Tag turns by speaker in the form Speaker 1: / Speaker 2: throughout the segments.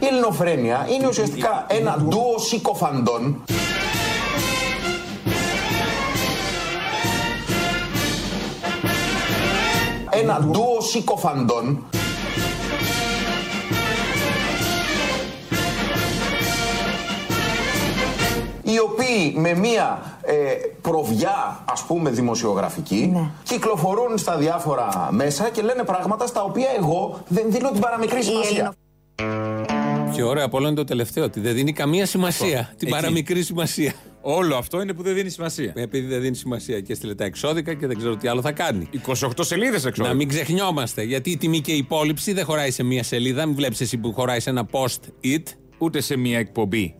Speaker 1: ελληνοφρένεια είναι ουσιαστικά ένα ντουο συκοφαντών. Ένα ντουο συκοφαντών. οι οποίοι με μία ε, προβιά, ας πούμε, δημοσιογραφική,
Speaker 2: Ναι.
Speaker 1: κυκλοφορούν στα διάφορα μέσα και λένε πράγματα στα οποία εγώ δεν δίνω την παραμικρή σημασία.
Speaker 2: Ελληνο-
Speaker 3: Πιο ωραίο από όλο είναι το τελευταίο, ότι δεν δίνει καμία σημασία. Την
Speaker 4: εκεί.
Speaker 3: παραμικρή σημασία.
Speaker 4: Όλο αυτό είναι που δεν δίνει σημασία.
Speaker 3: Επειδή δεν δίνει σημασία και έστειλε τα εξώδικα και δεν ξέρω τι άλλο θα κάνει.
Speaker 4: 28 σελίδε έξω.
Speaker 3: Να μην ξεχνιόμαστε, γιατί η τιμή και η υπόλοιψη δεν χωράει σε μία σελίδα. Μην βλέπεις εσύ που χωράει σε ένα post-it.
Speaker 4: Ούτε σε μία εκπομπή.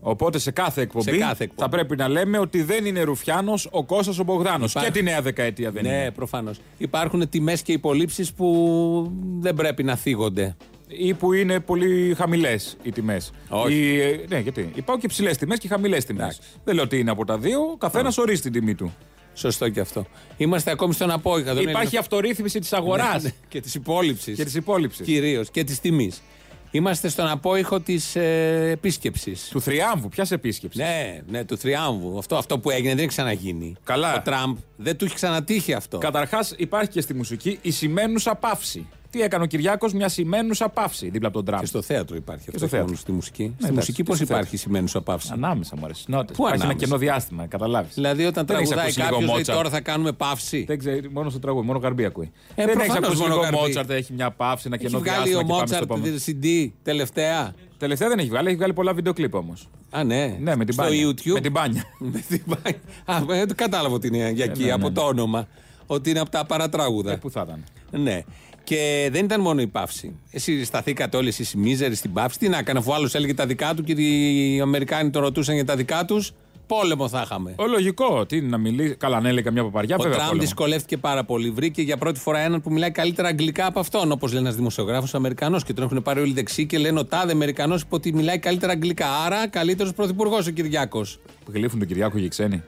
Speaker 4: Οπότε σε κάθε εκπομπή,
Speaker 3: Σε κάθε εκπομπή.
Speaker 4: θα πρέπει να λέμε ότι δεν είναι Ρουφιάνος ο Κώστας ο Μπογδάνος.
Speaker 3: Υπάρχει.
Speaker 4: Και τη νέα δεκαετία δεν
Speaker 3: Ναι,
Speaker 4: είναι.
Speaker 3: προφανώς. Υπάρχουν τιμές και υπολείψει που δεν πρέπει να θίγονται.
Speaker 4: Ή που είναι πολύ χαμηλές οι τιμές.
Speaker 3: Όχι.
Speaker 4: Ναι, γιατί. Υπάρχουν και ψηλές τιμές και χαμηλές τιμές.
Speaker 3: Εντάξει.
Speaker 4: Δεν λέω ότι είναι από τα δύο. Ο καθένας ορίζει την τιμή του.
Speaker 3: Σωστό και αυτό. Είμαστε ακόμη στον απόγευμα. Δεν
Speaker 4: Υπάρχει
Speaker 3: είναι-
Speaker 4: αυτορύθμιση της αγοράς.
Speaker 3: Ναι, και της υπόλοιψης.
Speaker 4: Και της υπόλοιψης.
Speaker 3: Κυρίως και της τιμής. Είμαστε στον απόϊχο της ε, επίσκεψης.
Speaker 4: Του θριάμβου, ποιας επίσκεψης.
Speaker 3: Ναι, ναι, του θριάμβου. Αυτό, αυτό που έγινε δεν έχει ξαναγίνει.
Speaker 4: Καλά.
Speaker 3: Ο Τραμπ δεν του έχει ξανατύχει αυτό.
Speaker 4: Καταρχάς, υπάρχει και στη μουσική η σημαίνουσα παύση. Τι έκανε ο Κυριάκος, μια σημαίνουσα παύση δίπλα από τον Τραμπ.
Speaker 3: Και στο θέατρο υπάρχει αυτό.
Speaker 4: στο
Speaker 3: όχι μόνο
Speaker 4: θέατρο. Ναι,
Speaker 3: Στη μουσική. στη
Speaker 4: εντάξει,
Speaker 3: μουσική
Speaker 4: και
Speaker 3: πώς
Speaker 4: στο
Speaker 3: υπάρχει
Speaker 4: θέατρο.
Speaker 3: σημαίνουσα παύση.
Speaker 4: Ανάμεσα μου αρέσει. Νότες.
Speaker 3: Πού
Speaker 4: Υπάρχει ένα
Speaker 3: ανάμεσα?
Speaker 4: κενό διάστημα, καταλάβεις.
Speaker 3: Δηλαδή όταν
Speaker 4: Δεν έχεις
Speaker 3: τραγουδάει
Speaker 4: ακούσει λίγο
Speaker 3: κάποιος, λέει
Speaker 4: Μότσαρτ.
Speaker 3: τώρα θα κάνουμε παύση.
Speaker 4: Δεν ξέρει, μόνο στο τραγούδι, μόνο καρμπί ακούει.
Speaker 3: Ε,
Speaker 4: δεν έχει
Speaker 3: προφανώς
Speaker 4: ακούσει
Speaker 3: μόνο
Speaker 4: λίγο
Speaker 3: Γαρμπή.
Speaker 4: Μότσαρτ, έχει μια παύση, ένα
Speaker 3: Έχει
Speaker 4: κενό
Speaker 3: βγάλει
Speaker 4: διάστημα.
Speaker 3: ο
Speaker 4: και πάμε στο
Speaker 3: Μότσαρτ
Speaker 4: επόμενο.
Speaker 3: CD τελευταία.
Speaker 4: Τελευταία δεν έχει βγάλει, έχει βγάλει πολλά βίντεο κλίπ όμως.
Speaker 3: Α, ναι.
Speaker 4: Ναι, με την
Speaker 3: Στο
Speaker 4: μπάνια.
Speaker 3: YouTube.
Speaker 4: Με την μπάνια.
Speaker 3: Με την μπάνια. Α, ε, το κατάλαβα ότι είναι για
Speaker 4: ναι,
Speaker 3: εκεί, από το όνομα. Ότι είναι από τα παρατράγουδα.
Speaker 4: Ε, Πού θα ήταν.
Speaker 3: Ναι. Και δεν ήταν μόνο η παύση. Εσύ σταθήκατε όλοι εσείς οι μίζεροι στην παύση. Τι να έκανε, αφού άλλος έλεγε τα δικά του και οι Αμερικάνοι το ρωτούσαν για τα δικά τους, πόλεμο θα είχαμε.
Speaker 4: Ο λογικό, τι είναι να μιλήσει. Καλά, ναι, λέει καμιά παπαριά,
Speaker 3: Ο
Speaker 4: βέβαια.
Speaker 3: Τραμπ
Speaker 4: πόλεμο.
Speaker 3: δυσκολεύτηκε πάρα πολύ. Βρήκε για πρώτη φορά έναν που μιλάει καλύτερα αγγλικά από αυτόν. Όπως λέει ένας δημοσιογράφος Αμερικανός και τον έχουν πάρει όλοι δεξί και λένε ο τάδε Αμερικανός είπε ότι μιλάει καλύτερα αγγλικά. Άρα καλύτερος πρωθυπουργός ο Κυριάκος.
Speaker 4: Γλύφουν τον Κυριάκο και οι ξένοι.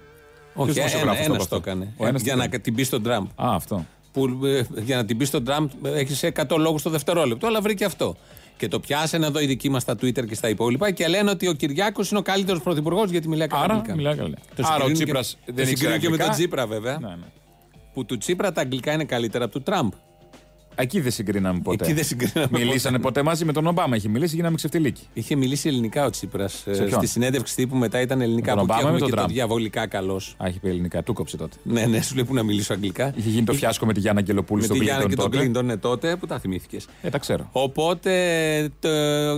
Speaker 3: Όχι, ένας
Speaker 4: δημοσιογράφος το
Speaker 3: ένας
Speaker 4: είπε
Speaker 3: το
Speaker 4: αυτό?
Speaker 3: έκανε.
Speaker 4: Ο ένας
Speaker 3: για
Speaker 4: τι
Speaker 3: να
Speaker 4: έκανε?
Speaker 3: την πεις στον Τραμπ.
Speaker 4: Α, αυτό.
Speaker 3: που ε, για να την πει στον Τραμπ ε, έχεις 100 λόγου το δευτερόλεπτο, αλλά βρήκε αυτό. Και το πιάσανε εδώ οι δικοί μας στα Twitter και στα υπόλοιπα και λένε ότι ο Κυριάκος είναι ο καλύτερος πρωθυπουργός γιατί μιλάει καλά.
Speaker 4: Άρα,
Speaker 3: αγγλικά.
Speaker 4: μιλάει καλά.
Speaker 3: Το
Speaker 4: Άρα,
Speaker 3: συγκρίνουν
Speaker 4: ο Τσίπρας
Speaker 3: και,
Speaker 4: δεν
Speaker 3: το
Speaker 4: ήξερε
Speaker 3: συγκρίνουν και με τον
Speaker 4: αγγλικά.
Speaker 3: Τσίπρα, βέβαια.
Speaker 4: Ναι, ναι.
Speaker 3: Που του Τσίπρα τα αγγλικά είναι καλύτερα από του Τραμπ.
Speaker 4: Εκεί δεν συγκρίναμε ποτέ.
Speaker 3: Εκεί δεν συγκρίναμε
Speaker 4: Μιλήσανε ποτέ μαζί με τον Ομπάμα. Έχει μιλήσει, γίναμε ξεφτυλίκι.
Speaker 3: Είχε μιλήσει ελληνικά ο Τσίπρας.
Speaker 4: ποιον?
Speaker 3: Στη συνέντευξη τύπου μετά ήταν ελληνικά.
Speaker 4: Τον
Speaker 3: Που εκεί
Speaker 4: Ομπάμα
Speaker 3: έχουμε
Speaker 4: ή τον
Speaker 3: και το
Speaker 4: Τραμπ?
Speaker 3: διαβολικά καλός.
Speaker 4: Α, είχε πει ελληνικά, του κόψε τότε.
Speaker 3: Ναι, ναι, σου λέει που να μιλήσω αγγλικά.
Speaker 4: Είχε γίνει το φιάσκο με τη Γιάννα Αγγελοπούλου
Speaker 3: με
Speaker 4: στο
Speaker 3: τη Γιάννα
Speaker 4: Κλίντον
Speaker 3: και τον
Speaker 4: τότε.
Speaker 3: Κλίντον ναι, τότε που τα θυμήθηκες.
Speaker 4: Ε, τα ξέρω.
Speaker 3: Οπότε το,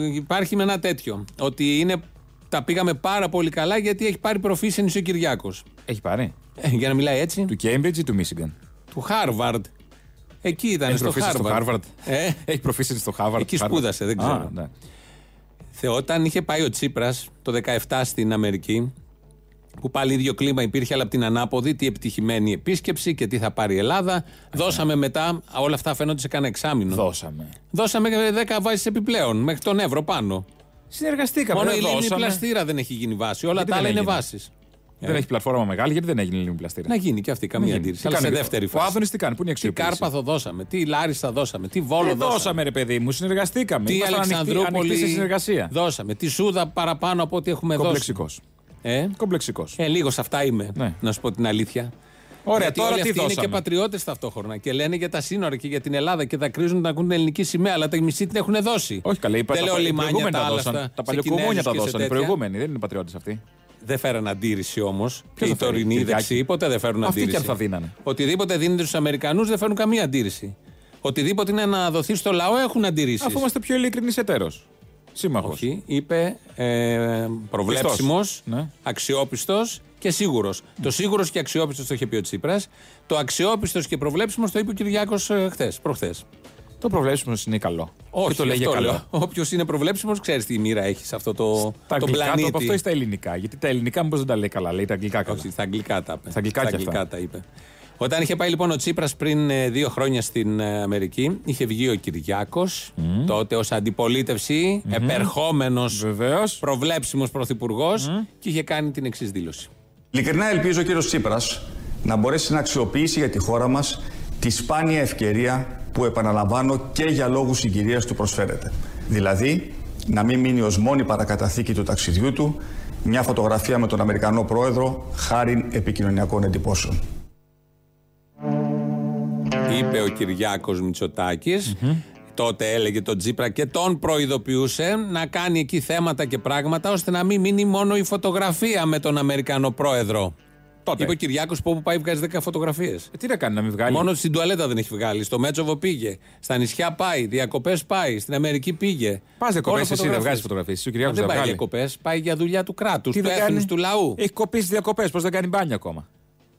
Speaker 3: υπάρχει με ένα τέτοιο. Ότι είναι, τα πήγαμε πάρα πολύ καλά γιατί έχει πάρει προφήσενη ο Κυριάκος.
Speaker 4: Έχει πάρει.
Speaker 3: Ε, για να μιλάει έτσι.
Speaker 4: Του
Speaker 3: Του,
Speaker 4: Cambridge ή του Michigan.
Speaker 3: Χάρβαρντ. Εκεί ήταν,
Speaker 4: Έχεις
Speaker 3: Ε, στο
Speaker 4: προφήσει στο
Speaker 3: Χάρβαρντ.
Speaker 4: Χάρβαρντ.
Speaker 3: Ε,
Speaker 4: Έχει προφήσει στο Χάρβαρντ.
Speaker 3: Εκεί
Speaker 4: Χάρβαρντ.
Speaker 3: σπούδασε, δεν ξέρω.
Speaker 4: Α, ναι.
Speaker 3: Θε, όταν είχε πάει ο Τσίπρας το 17 στην Αμερική, που πάλι ίδιο κλίμα υπήρχε, αλλά από την ανάποδη, τι επιτυχημένη επίσκεψη και τι θα πάρει η Ελλάδα. Δώσαμε μετά, όλα αυτά φαίνονται σε κανένα εξάμεινο.
Speaker 4: Δώσαμε.
Speaker 3: Δώσαμε 10 βάσεις επιπλέον, μέχρι τον Εύρο πάνω.
Speaker 4: Συνεργαστήκαμε.
Speaker 3: Μόνο η
Speaker 4: δεν
Speaker 3: λίμνη
Speaker 4: δώσαμε.
Speaker 3: πλαστήρα δεν έχει γίνει βάση. Όλα
Speaker 4: Γιατί
Speaker 3: τα
Speaker 4: δεν
Speaker 3: άλλα είναι
Speaker 4: έγινε?
Speaker 3: βάσεις.
Speaker 4: Δεν έχει πλατφόρμα μεγάλη, γιατί δεν έγινε η πλαστήρα.
Speaker 3: Ε. Να γίνει και αυτή καμία αντίρρηση. Αλλά σε δεύτερη
Speaker 4: ναι. Ο
Speaker 3: φάση.
Speaker 4: Άδωνης τι κάνει, πού είναι η
Speaker 3: Τι
Speaker 4: αξιοποίηση.
Speaker 3: Κάρπαθο δώσαμε, τι Λάριστα δώσαμε, τι Βόλο
Speaker 4: Ε,
Speaker 3: δώσαμε.
Speaker 4: δώσαμε, ρε παιδί μου, συνεργαστήκαμε.
Speaker 3: Τι
Speaker 4: Ήμασταν ανοιχτοί- ανοιχτοί
Speaker 3: Αλεξανδρούπολη
Speaker 4: σε συνεργασία.
Speaker 3: δώσαμε. Τι Σούδα παραπάνω από ό,τι έχουμε δώσει.
Speaker 4: Κομπλεξικός.
Speaker 3: Ε?
Speaker 4: Κομπλεξικός.
Speaker 3: ε, λίγο σε αυτά είμαι,
Speaker 4: Ναι.
Speaker 3: να σου πω την αλήθεια.
Speaker 4: Ωραία,
Speaker 3: Γιατί
Speaker 4: τώρα
Speaker 3: όλοι
Speaker 4: τι
Speaker 3: αυτοί είναι και
Speaker 4: δώσαμε.
Speaker 3: πατριώτες ταυτόχρονα και λένε για τα σύνορα και για την Ελλάδα και δακρύζουν να ακούν την ελληνική σημαία, αλλά τα μισή την έχουν δώσει.
Speaker 4: Όχι καλά, είπα
Speaker 3: Δεν λέω
Speaker 4: τα, οι
Speaker 3: λιμάνια
Speaker 4: προηγούμενοι
Speaker 3: τα
Speaker 4: τα
Speaker 3: άλλα.
Speaker 4: δώσαν.
Speaker 3: αυτά,
Speaker 4: τα
Speaker 3: σε
Speaker 4: παλιοκομούνια
Speaker 3: Κινέζους
Speaker 4: τα
Speaker 3: και σε
Speaker 4: δώσαν. Οι
Speaker 3: τέτοια.
Speaker 4: προηγούμενοι δεν είναι πατριώτες αυτοί.
Speaker 3: Δεν φέραν αντίρρηση όμως. Και
Speaker 4: θα
Speaker 3: οι
Speaker 4: φέρει,
Speaker 3: τωρινοί, οι
Speaker 4: Κυριάκη?
Speaker 3: δεξιοί, ποτέ δεν φέρουν
Speaker 4: Αυτοί
Speaker 3: αντίρρηση.
Speaker 4: και αν θα δίνανε.
Speaker 3: Οτιδήποτε δίνεται στου Αμερικανούς δεν φέρουν καμία αντίρρηση. Οτιδήποτε είναι να δοθεί στο λαό έχουν αντιρρήσει.
Speaker 4: Αφού είμαστε πιο ειλικρινείς εταίρος. Σύμμαχος.
Speaker 3: Όχι, είπε ε, προβλέψιμος,
Speaker 4: Πιστός. Ναι.
Speaker 3: αξιόπιστος και σίγουρος. Το σίγουρος και αξιόπιστος το είχε πει ο Τσίπρας. Το αξιόπιστος και προβλέψιμος το είπε ο Κυριάκος χθες, προχθές.
Speaker 4: Το προβλέψιμος είναι καλό.
Speaker 3: Όχι,
Speaker 4: Και το λέγε καλό.
Speaker 3: Όποιος είναι προβλέψιμος ξέρει τι μοίρα έχει σε αυτό το,
Speaker 4: Τα
Speaker 3: τον
Speaker 4: αγγλικά το
Speaker 3: πλανήτη.
Speaker 4: από αυτό ή στα ελληνικά. Γιατί τα ελληνικά μήπως δεν τα λέει καλά, λέει τα αγγλικά καλά.
Speaker 3: Όχι, στα αγγλικά τα είπε.
Speaker 4: Στα αγγλικά και αυτά.
Speaker 3: τα είπε. Όταν είχε πάει λοιπόν ο Τσίπρας πριν ε, δύο χρόνια στην ε, Αμερική, είχε βγει ο Κυριάκος, τότε ως αντιπολίτευση, επερχόμενος,
Speaker 4: Βεβαίως.
Speaker 3: προβλέψιμος πρωθυπουργός, και είχε κάνει την εξής δήλωση.
Speaker 5: Ειλικρινά ελπίζω ο κύριος Τσίπρας να μπορέσει να αξιοποιήσει για τη χώρα μας τη σπάνια ευκαιρία που επαναλαμβάνω και για λόγους συγκυρίας του προσφέρεται. Δηλαδή να μην μείνει ως μόνη παρακαταθήκη του ταξιδιού του μια φωτογραφία με τον Αμερικανό πρόεδρο χάριν επικοινωνιακών εντυπώσεων.
Speaker 3: Είπε ο Κυριάκος Τότε έλεγε τον Τζίπρα και τον προειδοποιούσε να κάνει εκεί θέματα και πράγματα ώστε να μην μείνει μόνο η φωτογραφία με τον Αμερικανό πρόεδρο.
Speaker 4: Τότε.
Speaker 3: Είπε ο Κυριάκος που όπου πάει βγάζει 10 φωτογραφίες.
Speaker 4: Ε, τι να κάνει να μην βγάλει.
Speaker 3: Μόνος στην τουαλέτα δεν έχει βγάλει. Στο Μέτσοβο πήγε. Στα νησιά πάει. Διακοπές πάει. Στην Αμερική πήγε.
Speaker 4: Πας διακοπές,
Speaker 3: Όλα
Speaker 4: εσύ δεν
Speaker 3: φωτογραφίες.
Speaker 4: βγάζεις φωτογραφίες. Εσύ ο Κυριάκος
Speaker 3: Μα
Speaker 4: δεν
Speaker 3: δεν πάει
Speaker 4: βγάλει.
Speaker 3: διακοπές. Πάει για δουλειά του κράτους,
Speaker 4: Τι
Speaker 3: του
Speaker 4: δεν κάνει.
Speaker 3: έθνου, του λαού.
Speaker 4: Έχει κοπεί στι διακοπές. Πώς δεν κάνει μπάνια ακόμα.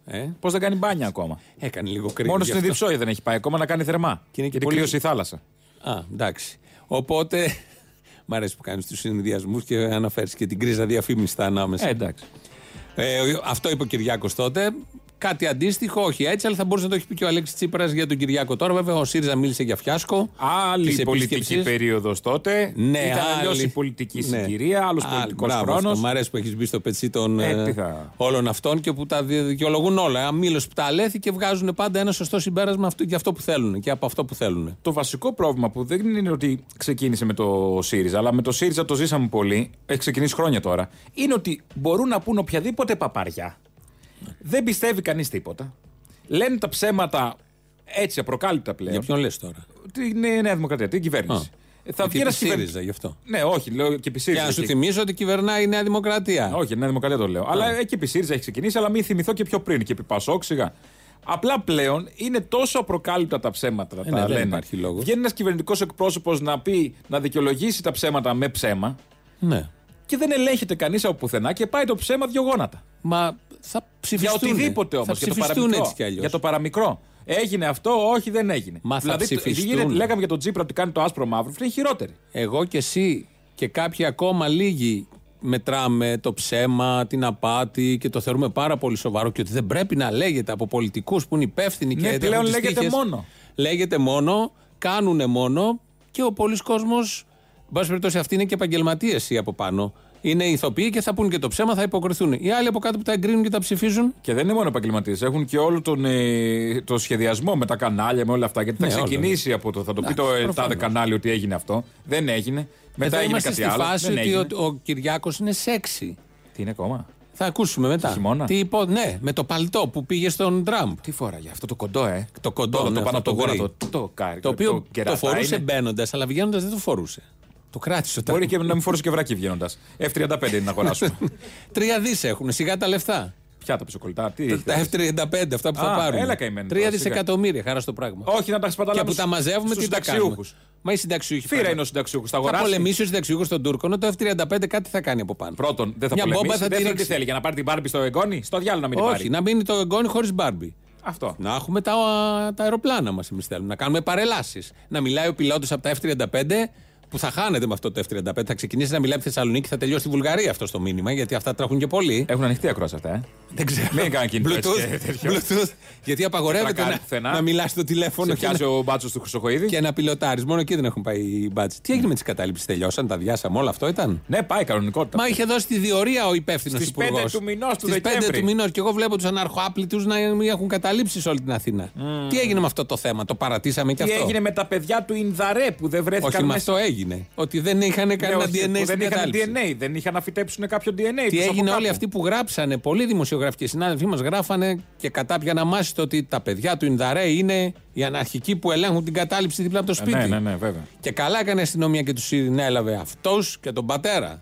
Speaker 3: Ε,
Speaker 4: Πώς δεν κάνει μπάνια ακόμα.
Speaker 3: έκανε λίγο κρύο.
Speaker 4: Μόνος
Speaker 3: γι'
Speaker 4: στην
Speaker 3: αυτό.
Speaker 4: Διψόη δεν έχει πάει ακόμα να κάνει θερμά.
Speaker 3: Και είναι και
Speaker 4: Γιατί
Speaker 3: πολύ-
Speaker 4: κλείωσε η θάλασσα.
Speaker 3: Α, εντάξει. Οπότε. Μ' αρέσει που κάνεις τους συνδυασμούς και αναφέρεις και την κρίζα διαφήμιση στα ανάμεσα.
Speaker 4: Ε, εντάξει.
Speaker 3: Ε, ο- αυτό είπε ο Κυριάκος τότε. Κάτι αντίστοιχο, όχι έτσι, αλλά θα μπορούσε να το έχει πει και ο Αλέξης Τσίπρας για τον Κυριάκο τώρα. Βέβαια, ο ΣΥΡΙΖΑ μίλησε για φιάσκο.
Speaker 4: Άλλη
Speaker 3: της
Speaker 4: πολιτική
Speaker 3: επίσκεψης.
Speaker 4: περίοδος τότε.
Speaker 3: Ναι,
Speaker 4: Ήταν αλλιώς
Speaker 3: άλλη-
Speaker 4: η πολιτική
Speaker 3: ναι.
Speaker 4: συγκυρία, άλλος
Speaker 3: Άλλη-
Speaker 4: πολιτικός
Speaker 3: μπράβο
Speaker 4: χρόνο.
Speaker 3: αυτό. Μ' αρέσει που έχεις μπει στο πετσί των
Speaker 4: Ε,
Speaker 3: ε,
Speaker 4: τι θα-
Speaker 3: όλων αυτών και που τα δι- δικαιολογούν όλα. Ένα μήλο που τα αλέθη και βγάζουν πάντα ένα σωστό συμπέρασμα αυτό, για αυτό που θέλουν και από αυτό που θέλουν.
Speaker 4: Το βασικό πρόβλημα που δεν είναι ότι ξεκίνησε με το ΣΥΡΙΖΑ, αλλά με το ΣΥΡΙΖΑ το ζήσαμε πολύ, έχει ξεκινήσει χρόνια τώρα, είναι ότι μπορούν να πούν οποιαδήποτε παπαριά. Δεν πιστεύει κανείς τίποτα. Λένε τα ψέματα έτσι απροκάλυπτα
Speaker 3: Για
Speaker 4: πλέον.
Speaker 3: ποιον λες τώρα.
Speaker 4: Την ε, Νέα Δημοκρατία, την κυβέρνηση. Ε, Θα
Speaker 3: Γιατί
Speaker 4: βγει ένας
Speaker 3: επί ΣΥΡΙΖΑ γι' αυτό.
Speaker 4: Ναι, όχι, λέω και επί
Speaker 3: Και
Speaker 4: ΣΥΡΙΖΑ.
Speaker 3: να σου
Speaker 4: έχει-
Speaker 3: θυμίσω ότι κυβερνάει η Νέα Δημοκρατία.
Speaker 4: όχι, Νέα Δημοκρατία το λέω. Αλλά
Speaker 3: Ναι.
Speaker 4: ε, και επί ΣΥΡΙΖΑ έχει ξεκινήσει, αλλά μην θυμηθώ και πιο πριν και επί Πασόκ σιγά. Απλά πλέον είναι τόσο απροκάλυπτα τα ψέματα. τα
Speaker 3: ναι, δεν
Speaker 4: λένε.
Speaker 3: υπάρχει λόγος.
Speaker 4: Βγαίνει ένας κυβερνητικός εκπρόσωπος να πει, να δικαιολογήσει τα ψέματα με ψέμα
Speaker 3: Ναι.
Speaker 4: και δεν ελέγχεται κανείς από πουθενά και πάει το ψέμα δύο γόνατα.
Speaker 3: Μα θα
Speaker 4: Για
Speaker 3: ψηφιστούν. ναι.
Speaker 4: οτιδήποτε όμως.
Speaker 3: Θα
Speaker 4: Για το
Speaker 3: ψηφιστούν
Speaker 4: παραμικρό.
Speaker 3: έτσι κι αλλιώς.
Speaker 4: για το παραμικρό. Έγινε αυτό, όχι, δεν έγινε.
Speaker 3: Μα θα
Speaker 4: δηλαδή, το-
Speaker 3: ψηφιστούν.
Speaker 4: γίνεται- λέγαμε για τον Τσίπρα ότι κάνει το άσπρο μαύρο, αυτή είναι χειρότερη.
Speaker 3: Εγώ και εσύ και κάποιοι ακόμα λίγοι μετράμε το ψέμα, την απάτη και το θεωρούμε πάρα πολύ σοβαρό και ότι δεν πρέπει να λέγεται από πολιτικούς που είναι υπεύθυνοι
Speaker 4: Ναι,
Speaker 3: και έχουν
Speaker 4: πλέον
Speaker 3: τις
Speaker 4: λέγεται
Speaker 3: τύχες.
Speaker 4: μόνο.
Speaker 3: Λέγεται μόνο, κάνουνε μόνο και ο πολλής κόσμος, εν πάση περιπτώσει αυτοί είναι και επαγγελματίες ή από πάνω. Είναι ηθοποιοί και θα πούν και το ψέμα, θα υποκριθούν. Οι άλλοι από κάτω που τα εγκρίνουν και τα ψηφίζουν,
Speaker 4: Και δεν είναι μόνο επαγγελματίες. Έχουν και όλο τον, ε, το σχεδιασμό με τα κανάλια, με όλα αυτά. Γιατί θα
Speaker 3: Ναι, όλα.
Speaker 4: ξεκινήσει από το. Θα το πει το
Speaker 3: Εντάξει,
Speaker 4: ΕΛΤΑΔΕ
Speaker 3: προφανώς.
Speaker 4: κανάλι ότι έγινε αυτό. Δεν έγινε. Μετά
Speaker 3: εδώ
Speaker 4: έγινε
Speaker 3: είμαστε
Speaker 4: κάτι
Speaker 3: στη
Speaker 4: άλλο.
Speaker 3: φάση
Speaker 4: δεν
Speaker 3: ότι
Speaker 4: έγινε.
Speaker 3: ο, ο Κυριάκος είναι σεξι.
Speaker 4: Τι είναι ακόμα.
Speaker 3: Θα ακούσουμε μετά.
Speaker 4: Στο χειμώνα.
Speaker 3: Τι υπό... Ναι, με το παλτό που πήγε στον Τραμπ.
Speaker 4: Τι φοράγε αυτό το κοντό, ε.
Speaker 3: Το κοντό,
Speaker 4: το,
Speaker 3: ναι,
Speaker 4: το
Speaker 3: αυτό
Speaker 4: πάνω από το
Speaker 3: το γκρι.
Speaker 4: γόνατο. Το, το, κάρι-
Speaker 3: Το οποίο το
Speaker 4: κερατά
Speaker 3: φορούσε
Speaker 4: είναι.
Speaker 3: μπαίνοντας, αλλά βγαίνοντας δεν το φορούσε. Το κράτησε
Speaker 4: Μπορεί
Speaker 3: όταν.
Speaker 4: και να μην φορούσε και βράκι βγαίνοντα. F35 είναι να αγοράσουμε.
Speaker 3: Τρία δις έχουν, σιγά τα λεφτά.
Speaker 4: Ποια τα πισοκολλητά, τι. έχει.
Speaker 3: Τα F35, αυτά που θα
Speaker 4: Α,
Speaker 3: πάρουν.
Speaker 4: έλα καημένα τώρα,
Speaker 3: Τρία
Speaker 4: σιγά.
Speaker 3: δισεκατομμύρια, χαρά στο πράγμα.
Speaker 4: Όχι, να τα
Speaker 3: Και
Speaker 4: σπαταλάμε.
Speaker 3: που τα
Speaker 4: στους-
Speaker 3: μαζεύουμε,
Speaker 4: στους
Speaker 3: τι τα κάνουμε.
Speaker 4: συνταξιούχους.
Speaker 3: Μα οι συνταξιούχοι.
Speaker 4: Φύρα
Speaker 3: πάντα.
Speaker 4: είναι ο συνταξιούχος. Θα
Speaker 3: Θα
Speaker 4: αγοράσει.
Speaker 3: πολεμήσει ο συνταξιούχος στον Τούρκο, ενώ το F35 κάτι θα κάνει από πάνω.
Speaker 4: Πρώτον, δεν θα
Speaker 3: Μια
Speaker 4: πολεμήσει.
Speaker 3: μπόμπα θα
Speaker 4: δεν
Speaker 3: την
Speaker 4: θέλει τι
Speaker 3: ρίξει.
Speaker 4: θέλει για να πάρει την Μπάρμπι στο εγγόνι. Στο διάλογο να μην την πάρει.
Speaker 3: Όχι, να μείνει το εγγόνι χωρίς μπάρμπι.
Speaker 4: Αυτό.
Speaker 3: Να έχουμε τα, τα αεροπλάνα μας εμείς θέλουμε. Να κάνουμε παρελάσεις. Να μιλάει ο πιλότος από τα F35 που θα χάνεται με αυτό το F35. Θα ξεκινήσει να μιλάει από τη Θεσσαλονίκη, θα τελειώσει στη Βουλγαρία αυτό το μήνυμα, γιατί αυτά τρέχουν και πολύ.
Speaker 4: Έχουν ανοιχτή ακρόαση αυτά, ε.
Speaker 3: Δεν ξέρω.
Speaker 4: Μην κάνει κινητό έτσι και
Speaker 3: Bluetooth,
Speaker 4: τέτοιο.
Speaker 3: Bluetooth. Γιατί απαγορεύεται
Speaker 4: Τρακάρει
Speaker 3: να,
Speaker 4: πουθενά.
Speaker 3: να μιλάς στο τηλέφωνο
Speaker 4: Σε
Speaker 3: και να,
Speaker 4: πιάσει ο μπάτσος του Χρυσοχοίδη.
Speaker 3: και να πιλωτάρεις. Μόνο εκεί δεν έχουν πάει οι μπάτσες. Τι έγινε με τις καταλήψει, τελειώσαν, τα διάσαμε, όλο αυτό ήταν.
Speaker 4: Ναι, πάει κανονικότητα.
Speaker 3: Μα είχε δώσει τη διορία ο υπεύθυνος
Speaker 4: Στις
Speaker 3: υπουργός.
Speaker 4: πέντε του μηνός του Δεκέμβρη.
Speaker 3: του μηνός. Και εγώ βλέπω τους αναρχοάπλητους να έχουν καταλήψει σε όλη την Αθήνα. Τι έγινε με αυτό το θέμα, το παρατήσαμε και
Speaker 4: Mm. Τι
Speaker 3: αυτό.
Speaker 4: έγινε με τα παιδιά του Ινδαρέ που δεν βρέθηκαν
Speaker 3: Όχι, με
Speaker 4: μέσα.
Speaker 3: αυτό έγινε. Ότι δεν είχαν
Speaker 4: Ναι,
Speaker 3: κανένα
Speaker 4: όχι,
Speaker 3: DNA
Speaker 4: που
Speaker 3: στην
Speaker 4: δεν είχαν
Speaker 3: κατάληψη.
Speaker 4: DNA, δεν είχαν να φυτέψουν κάποιο DNA.
Speaker 3: Τι
Speaker 4: τους από
Speaker 3: έγινε
Speaker 4: κάπου.
Speaker 3: όλοι αυτοί που γράψανε, πολλοί δημοσιογράφοι και συνάδελφοί μας γράφανε και κατάπιαν μάσιτο ότι τα παιδιά του Ινδαρέ είναι οι αναρχικοί που ελέγχουν την κατάληψη δίπλα από το
Speaker 4: Ε,
Speaker 3: σπίτι.
Speaker 4: Ναι, ναι, ναι, βέβαια.
Speaker 3: Και καλά έκανε η αστυνομία και τους συνέλαβε αυτός και τον πατέρα.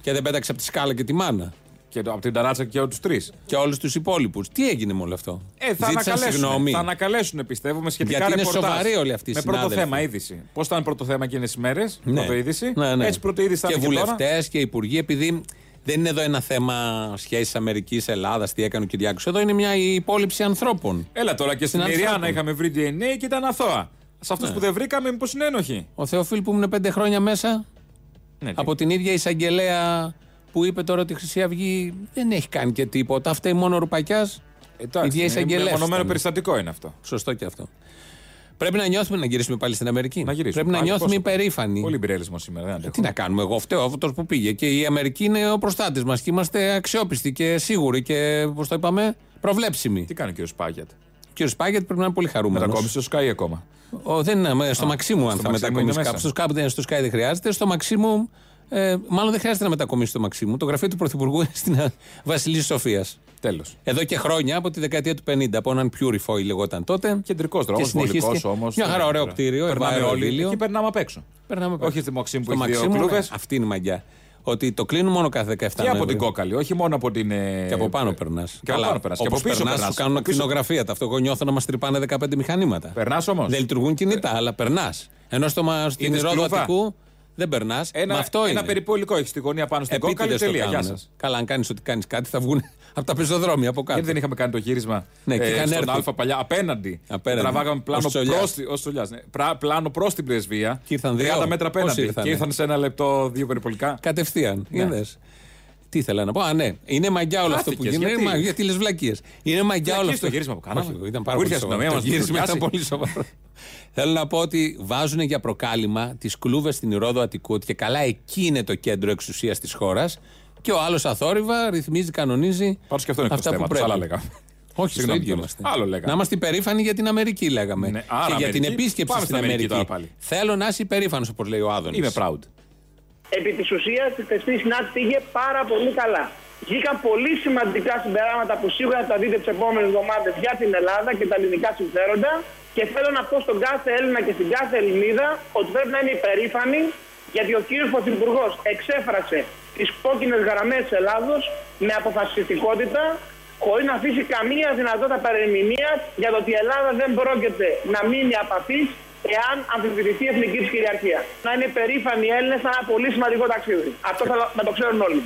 Speaker 3: Και δεν πέταξε από τη σκάλα και τη μάνα.
Speaker 4: Και το- από την ταράτσα και τους τρεις.
Speaker 3: Και όλους τους υπόλοιπους. Τι έγινε με όλο αυτό.
Speaker 4: Ε, θα
Speaker 3: Ζήτησαν
Speaker 4: ανακαλέσουν,
Speaker 3: συγγνώμη.
Speaker 4: θα ανακαλέσουν, πιστεύω, με σχετικά
Speaker 3: Γιατί είναι
Speaker 4: ρεπορτάζ.
Speaker 3: σοβαροί όλοι αυτοί οι
Speaker 4: Με πρώτο
Speaker 3: συνάδελφοι.
Speaker 4: θέμα είδηση. Πώς ήταν πρώτο θέμα εκείνες τις μέρες, πρώτο είδηση.
Speaker 3: Ναι, ναι.
Speaker 4: Έτσι πρώτο είδηση θα
Speaker 3: Και
Speaker 4: είναι και τώρα.
Speaker 3: βουλευτές και υπουργοί, επειδή δεν είναι εδώ ένα θέμα σχέσης Αμερικής, Ελλάδας, τι έκανε ο Κυριάκος. Εδώ είναι μια υπόλοιψη ανθρώπων.
Speaker 4: Έλα τώρα και στην
Speaker 3: Στην Ναι.
Speaker 4: Ιριάννα
Speaker 3: Ανθρώπινη.
Speaker 4: είχαμε βρει DNA και ήταν αθώα. Σε αυτούς που δεν βρήκαμε, μήπως είναι ένοχοι.
Speaker 3: Ο Θεοφίλ που ήμουν πέντε χρόνια μέσα,
Speaker 4: Ναι,
Speaker 3: από την ίδια εισαγγελέα που είπε τώρα ότι η Χρυσή Αυγή δεν έχει κάνει και τίποτα. Αυτά είναι μόνο ο Ρουπακιάς.
Speaker 4: Ε, Εντάξει,
Speaker 3: ίδια
Speaker 4: είναι
Speaker 3: εισαγγελέα
Speaker 4: Μονομένο
Speaker 3: ήταν.
Speaker 4: περιστατικό είναι αυτό.
Speaker 3: Σωστό και αυτό. Πρέπει να νιώθουμε να γυρίσουμε πάλι στην Αμερική.
Speaker 4: Να γυρίσουμε.
Speaker 3: Πρέπει να
Speaker 4: Πάλι,
Speaker 3: νιώθουμε
Speaker 4: πόσο.
Speaker 3: υπερήφανοι. Ε,
Speaker 4: Πολύ μπυρέλισμο σήμερα, δεν αντέχω.
Speaker 3: Τι να κάνουμε, εγώ φταίω αυτό που πήγε. Και η Αμερική είναι ο προστάτης μας και είμαστε αξιόπιστοι και σίγουροι και, πώ το είπαμε, προβλέψιμοι.
Speaker 4: Τι κάνει ο κύριος Πάγιατ.
Speaker 3: κύριο Σπάγετ πρέπει να είναι πολύ χαρούμενος.
Speaker 4: Μετακόμισε στο Sky ακόμα.
Speaker 3: Ο, δεν είναι, ε, στο Μαξίμου αν
Speaker 4: στο
Speaker 3: θα
Speaker 4: Μαξίμου
Speaker 3: μετακομίσει
Speaker 4: είναι
Speaker 3: κάπου. Στο
Speaker 4: μέσα.
Speaker 3: Sky, δεν- στο Sky δεν χρειάζεται. Στο Μαξίμου, ε, μάλλον δεν χρειάζεται να μετακομίσει στο Μαξίμου. Το γραφείο του Πρωθυπουργού είναι στην α, Βασιλής Σοφίας.
Speaker 4: Τέλος.
Speaker 3: Εδώ και χρόνια, από τη δεκαετία του 50, από έναν Purify λεγόταν τότε.
Speaker 4: Κεντρικός δρόμος,
Speaker 3: Και συνεχίστηκε.
Speaker 4: βολικός όμως. ναι,
Speaker 3: Μια χαρά, ωραίο
Speaker 4: Τώρα.
Speaker 3: κτίριο,
Speaker 4: Περνάμε
Speaker 3: ευαέρο
Speaker 4: όλοι.
Speaker 3: δίλιο.
Speaker 4: Εκεί περνάμε απ' έξω.
Speaker 3: Περνάμε
Speaker 4: Όχι
Speaker 3: πέρα.
Speaker 4: στη Μαξίμου που
Speaker 3: Στο
Speaker 4: έχει δύο
Speaker 3: Μαξίμου,
Speaker 4: κλούβες.
Speaker 3: ναι, Αυτή είναι η μαγιά. Ότι το κλείνουν μόνο κάθε 17
Speaker 4: Και από την
Speaker 3: Νοεμβρίου.
Speaker 4: κόκαλη, όχι μόνο από την. ε,
Speaker 3: Και από πάνω περνάς.
Speaker 4: Και από πάνω περνάς. Και από πίσω
Speaker 3: περνάς,
Speaker 4: περνάς.
Speaker 3: σου κάνουν ακτινογραφία. Αυτό εγώ νιώθω να μας τρυπάνε 15 μηχανήματα.
Speaker 4: Περνάς όμως.
Speaker 3: Δεν λειτουργούν κινητά, αλλά περνάς. Ενώ στο, μα- στην
Speaker 4: Ε. Είναι
Speaker 3: Ρόδο
Speaker 4: σκλούβα.
Speaker 3: Αττικού δεν περνάς.
Speaker 4: Ένα,
Speaker 3: αυτό
Speaker 4: ένα
Speaker 3: είναι.
Speaker 4: περιπολικό έχεις στη γωνία πάνω στην κόκαλη.
Speaker 3: Επίτηδες το
Speaker 4: Τελεία. Γεια
Speaker 3: κάνουνες.
Speaker 4: σας.
Speaker 3: Καλά, αν κάνεις ότι κάνεις κάτι, θα βγουν από τα πεζοδρόμια από κάτω.
Speaker 4: Γιατί δεν είχαμε κάνει το γύρισμα ε,
Speaker 3: Ναι, και είχαν
Speaker 4: στον
Speaker 3: έρθει.
Speaker 4: Α παλιά απέναντι.
Speaker 3: Απέναντι.
Speaker 4: Τραβάγαμε πλάνο
Speaker 3: Ως Τσολιάς.
Speaker 4: προς τη- ως Τσολιάς, ναι. Πρα- πλάνο προς την πρεσβεία.
Speaker 3: Και ήρθαν δύο.
Speaker 4: 30 μέτρα
Speaker 3: Πώς
Speaker 4: απέναντι.
Speaker 3: ήρθανε?
Speaker 4: Και ήρθαν σε ένα λεπτό δύο περιπολικά.
Speaker 3: Κατευθείαν.
Speaker 4: Ναι.
Speaker 3: Είδες. Τι ήθελα να πω. Α, ναι. Είναι μαγιά όλο αυτό που
Speaker 4: Χάθηκες,
Speaker 3: γίνεται.
Speaker 4: γιατί?
Speaker 3: Είναι μαγιά, Γιατί λες βλακίες. Είναι μαγιά όλο
Speaker 4: Βλακίες
Speaker 3: αυτό.
Speaker 4: το γύρισμα που κάναμε.
Speaker 3: Όχι, ήταν πάρα
Speaker 4: Που
Speaker 3: πολύ
Speaker 4: ήρθε η
Speaker 3: σοβαρό.
Speaker 4: αστυνομία
Speaker 3: Το
Speaker 4: μας,
Speaker 3: γύρισμα
Speaker 4: μας
Speaker 3: ήταν
Speaker 4: πιάσει.
Speaker 3: πολύ σοβαρό. Θέλω να πω ότι βάζουν για προκάλημα τις κλούβες στην Ηρόδο Αττικού ότι και καλά εκεί είναι το κέντρο εξουσίας της χώρας. Και ο άλλος αθόρυβα ρυθμίζει, κανονίζει.
Speaker 4: Πάντω και αυτό είναι εκτό
Speaker 3: αυτά
Speaker 4: θέματο.
Speaker 3: που πρέπει.
Speaker 4: Άλλα λέγαμε.
Speaker 3: Όχι, στο
Speaker 4: Συγγνώμη
Speaker 3: ίδιο
Speaker 4: κιόλας.
Speaker 3: είμαστε.
Speaker 4: Άλλο λέγαμε.
Speaker 3: Να είμαστε υπερήφανοι για την Αμερική, λέγαμε.
Speaker 4: Ναι, άρα
Speaker 3: και για την
Speaker 4: Αμερική.
Speaker 3: επίσκεψη
Speaker 4: Πάμε
Speaker 3: στην
Speaker 4: στην Αμερική τώρα
Speaker 3: Αμερική.
Speaker 4: πάλι.
Speaker 3: Θέλω να είσαι υπερήφανος, όπως λέει ο Άδωνης.
Speaker 4: Είμαι proud.
Speaker 2: Επί της ουσίας η τεστή συνάντηση πήγε πάρα πολύ καλά. Βγήκαν πολύ σημαντικά συμπεράματα που σίγουρα θα τα δείτε τις επόμενες εβδομάδες για την Ελλάδα και τα ελληνικά συμφέροντα και θέλω να πω στον κάθε Έλληνα και στην κάθε Ελληνίδα ότι πρέπει να είναι υπερήφανοι γιατί ο κύριος Πρωθυπουργός εξέφρασε τις κόκκινες γραμμές της Ελλάδος με αποφασιστικότητα χωρίς να αφήσει καμία δυνατότητα παρερμηνίας για το ότι η Ελλάδα δεν πρόκειται να μείνει απαθής εάν αμφισβητηθεί η εθνική της κυριαρχία. Να είναι περήφανοι οι Έλληνες σε ένα πολύ σημαντικό ταξίδι. Αυτό θα να το ξέρουν όλοι.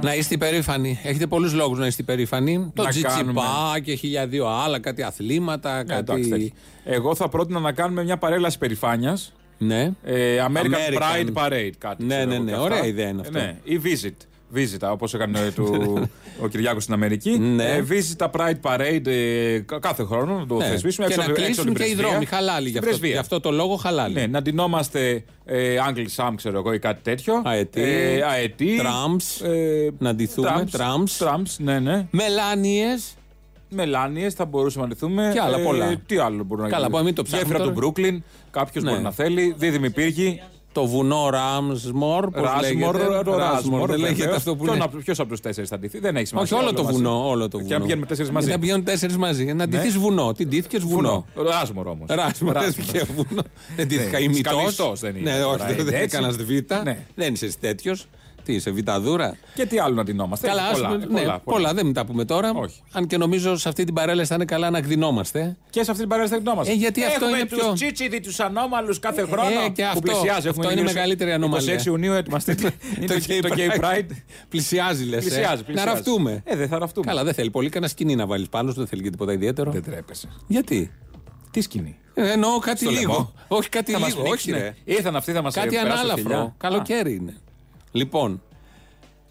Speaker 3: Να είστε υπερήφανοι. Έχετε πολλούς λόγους να είστε υπερήφανοι. Το
Speaker 4: Να
Speaker 3: τζιτσιπά
Speaker 4: κάνουμε.
Speaker 3: και χίλια δύο άλλα, κάτι αθλήματα,
Speaker 4: Ναι,
Speaker 3: κάτι.
Speaker 4: εντάξει, τέτοιο. Εγώ θα πρότεινα να κάνουμε μια παρέλαση περηφάνειας.
Speaker 3: ναι.
Speaker 4: Ε, American,
Speaker 3: American.
Speaker 4: Pride Parade, κάτι.
Speaker 3: Ναι,
Speaker 4: ξέρω
Speaker 3: ναι,
Speaker 4: εγώ
Speaker 3: ναι,
Speaker 4: και
Speaker 3: ωραία
Speaker 4: αυτά.
Speaker 3: ιδέα είναι αυτό.
Speaker 4: Ε, Ναι, ή Visit. Visit, όπως έκανε του, ο Κυριάκος στην Αμερική.
Speaker 3: Ναι.
Speaker 4: Ε, visit Pride Parade ε, κα- κάθε χρόνο να το
Speaker 3: Ναι.
Speaker 4: θεσπίσουμε.
Speaker 3: Και
Speaker 4: έξω
Speaker 3: να
Speaker 4: από- έξω από
Speaker 3: κλείσουν
Speaker 4: την
Speaker 3: και οι
Speaker 4: πρεσβεία.
Speaker 3: δρόμοι. Χαλάλι γι'
Speaker 4: Στην
Speaker 3: αυτό,
Speaker 4: πρεσβεία.
Speaker 3: γι' αυτό το λόγο χαλάλι.
Speaker 4: Ναι, να αντινόμαστε ε, Άγγλοι Σαμ, ξέρω εγώ, ή κάτι τέτοιο.
Speaker 3: Αετοί.
Speaker 4: Ε, αετοί.
Speaker 3: Τραμπς.
Speaker 4: Ε,
Speaker 3: Να αντιθούμε. Τραμπς.
Speaker 4: Τραμπς, ναι, ναι.
Speaker 3: Μελάνιες.
Speaker 4: Μελάνιες θα μπορούσαμε να αντιθούμε.
Speaker 3: Και άλλα πολλά.
Speaker 4: Τι άλλο μπορεί να
Speaker 3: Καλά, πάμε, μην το ψάχνουμε
Speaker 4: Γέφυρα του
Speaker 3: τώρα.
Speaker 4: Μπρούκλιν. Κάποιος
Speaker 3: Ναι.
Speaker 4: μπορεί να θέλει. Δίδυμη πύργη.
Speaker 3: Το βουνό Ράμσμορ. πώς
Speaker 4: Ράσμορ, ε,
Speaker 3: λέγεται.
Speaker 4: το Ράσμορ.
Speaker 3: Δεν λέγεται αυτό που είναι.
Speaker 4: Ποιος από τους τέσσερις θα αντιθεί, δεν έχει
Speaker 3: Όχι,
Speaker 4: σημασία.
Speaker 3: όλο το
Speaker 4: μαζί.
Speaker 3: βουνό. Όλο το βουνό.
Speaker 4: Και αν πηγαίνουμε τέσσερις
Speaker 3: Ε,
Speaker 4: μαζί. Ναι.
Speaker 3: Να πηγαίνουν τέσσερις μαζί. Να ντυθείς βουνό. Τι ντύθηκες βουνό.
Speaker 4: Ράσμορ όμως.
Speaker 3: Ράσμορ, δεν πήγε βουνό. Δεν τύχηκα
Speaker 4: Ναι,
Speaker 3: ημιτό.
Speaker 4: σκαλιστός δεν είναι.
Speaker 3: Ναι, όχι,
Speaker 4: Τώρα,
Speaker 3: δεν
Speaker 4: είναι
Speaker 3: είναι
Speaker 4: έτσι.
Speaker 3: κανένα Β.
Speaker 4: Ναι.
Speaker 3: Δεν είσαι τέτοιος. Τι είσαι, Βιταδούρα.
Speaker 4: Και τι άλλο να αντινόμαστε.
Speaker 3: Καλά,
Speaker 4: πολλά,
Speaker 3: ας πούμε, ναι,
Speaker 4: πολλά, πολλά.
Speaker 3: πολλά, δεν τα πούμε τώρα.
Speaker 4: Όχι.
Speaker 3: Αν και νομίζω σε αυτή την παρέλαση θα είναι καλά να εκδινόμαστε.
Speaker 4: Και σε αυτή την παρέλαση θα εκνόμαστε.
Speaker 3: Ε, γιατί αυτό είναι πιο- Ε,
Speaker 4: Έχουμε του τσίτσιδι, τους ανώμαλους κάθε χρόνο.
Speaker 3: και
Speaker 4: που
Speaker 3: αυτό.
Speaker 4: πλησιάζει. Έχουμε
Speaker 3: Αυτό είναι
Speaker 4: γύρω σε-
Speaker 3: μεγαλύτερη ανομαλία.
Speaker 4: 26 Ιουνίου ετοιμαστεί. είναι το το Gay Pride.
Speaker 3: πλησιάζει, λες.
Speaker 4: Πλησιάζει,
Speaker 3: Να
Speaker 4: πλησιάζει.
Speaker 3: ραφτούμε.
Speaker 4: Ε, δεν θα ραφτούμε.
Speaker 3: Καλά, δεν θέλει πολύ κανένα σκηνή να βάλεις πάνω σου, δεν θέλει και τίποτα ιδιαίτερο.
Speaker 4: Δεν τρέπεσαι.
Speaker 3: Γιατί.
Speaker 4: Τι σκηνή.
Speaker 3: Ε, Εννοώ κάτι
Speaker 4: Στο
Speaker 3: λίγο.
Speaker 4: λαιμό.
Speaker 3: Όχι κάτι
Speaker 4: Θα μας
Speaker 3: λίγο. Όχι, ναι.
Speaker 4: πνίξουνε.
Speaker 3: ρε.
Speaker 4: Ήρθαν αυτοί, θα μας
Speaker 3: Κάτι ανάλαφρο. Καλοκαίρι είναι. Λοιπόν,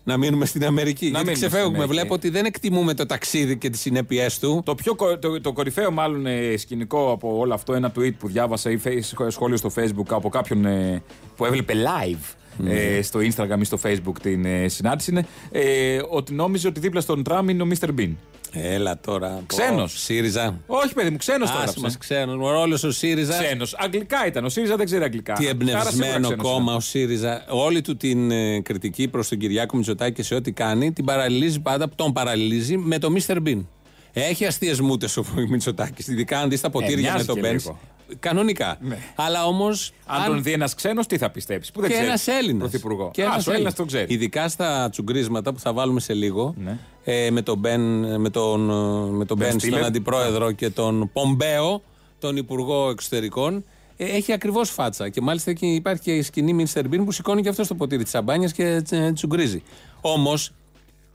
Speaker 3: να μείνουμε στην Αμερική. γιατί
Speaker 4: μείνουμε στην
Speaker 3: ξεφεύγουμε.
Speaker 4: Αμερική.
Speaker 3: Βλέπω ότι δεν εκτιμούμε το ταξίδι και τις συνέπειές του.
Speaker 4: Το, πιο, κο- το, το κορυφαίο μάλλον ε, σκηνικό από όλο αυτό, ένα tweet που διάβασα ή face- σχόλιο στο facebook από κάποιον ε, που έβλεπε live ε, στο instagram ή στο facebook την ε, συνάντηση είναι ε, ότι νόμιζε ότι δίπλα στον Τραμ είναι ο Mr. Bean.
Speaker 3: Έλα τώρα.
Speaker 4: Ξένος.
Speaker 3: Ω, ΣΥΡΙΖΑ.
Speaker 4: Όχι παιδί μου, ξένος το
Speaker 3: Άσε
Speaker 4: έγραψε.
Speaker 3: μας ξένος. Ο ρόλος ο ΣΥΡΙΖΑ.
Speaker 4: Ξένος. Αγγλικά ήταν. Ο ΣΥΡΙΖΑ δεν ξέρει αγγλικά.
Speaker 3: Τι
Speaker 4: Άρα σίγουρα
Speaker 3: εμπνευσμένο
Speaker 4: ξένος ναι.
Speaker 3: κόμμα ο ΣΥΡΙΖΑ. Όλη του την ε, κριτική προς τον Κυριάκο Μητσοτάκη και σε ό,τι κάνει, την παραλληλίζει πάντα, τον παραλληλίζει με τον Μίστερ Μπίν. Έχει αστείες μούτες ο Μητσοτάκης, ειδικά αν δεις τα ποτήρια
Speaker 4: Ε,
Speaker 3: με
Speaker 4: μοιάζει
Speaker 3: τον
Speaker 4: και
Speaker 3: Μπέν.
Speaker 4: λίγο.
Speaker 3: Κανονικά. Αλλά όμως.
Speaker 4: είναι. Αν τον δει ένας ξένος, τι θα πιστέψει. Που δεν
Speaker 3: και
Speaker 4: ξέρει.
Speaker 3: ένας Έλληνας.
Speaker 4: Πρωθυπουργό.
Speaker 3: Και
Speaker 4: Α,
Speaker 3: ένας
Speaker 4: ο Έλληνας
Speaker 3: Έλληνας.
Speaker 4: τον ξέρει.
Speaker 3: Ειδικά στα τσουγκρίσματα που θα βάλουμε σε λίγο. Ε, με τον Μπεν, με τον, ε, με τον
Speaker 4: Μπεν Ναι.
Speaker 3: Μπεν στον
Speaker 4: Στίλερ.
Speaker 3: αντιπρόεδρο και τον Πομπέο, τον υπουργό εξωτερικών. Ε, έχει ακριβώς φάτσα. Και μάλιστα εκεί υπάρχει και η σκηνή Μίνστερ Μπίν που σηκώνει και αυτό το ποτήρι της σαμπάνιας και τσε- τσουγκρίζει. Όμως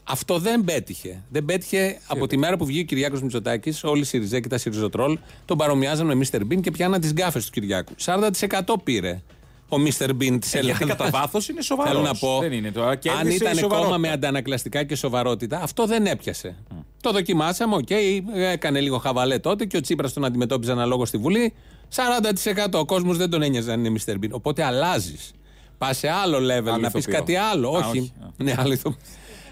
Speaker 3: αυτό δεν πέτυχε. Δεν πέτυχε από τη μέρα που βγήκε ο Κυριάκος Μητσοτάκης. Όλοι οι Σιριζέ και τα Σιριζοτρόλ τον παρομοιάζαν με Μίστερ Μπίν και πιάναν τις γκάφες του Κυριάκου. 40% πήρε ο Μίστερ Μπίν τη Ελλάδα.
Speaker 4: Γιατί κατά βάθος είναι σοβαρός.
Speaker 3: Θέλω να πω,
Speaker 4: Δεν είναι τώρα.
Speaker 3: αν
Speaker 4: Κέρδισε η
Speaker 3: ήταν κόμμα
Speaker 4: σοβαρότητα.
Speaker 3: με αντανακλαστικά και σοβαρότητα, αυτό δεν έπιασε. Το δοκιμάσαμε, οκ, έκανε λίγο χαβαλέ τότε και ο Τσίπρας τον αντιμετώπιζε αναλόγως στη Βουλή. 40% ο κόσμος δεν τον ένοιαζε αν είναι Mr. Bean. Οπότε αλλάζεις. Πας σε άλλο level,
Speaker 4: Άλλο
Speaker 3: να πεις
Speaker 4: ηθοποιό.
Speaker 3: κάτι άλλο.
Speaker 4: Α,
Speaker 3: όχι.
Speaker 4: όχι.
Speaker 3: Ναι, άλλο ηθοποιό.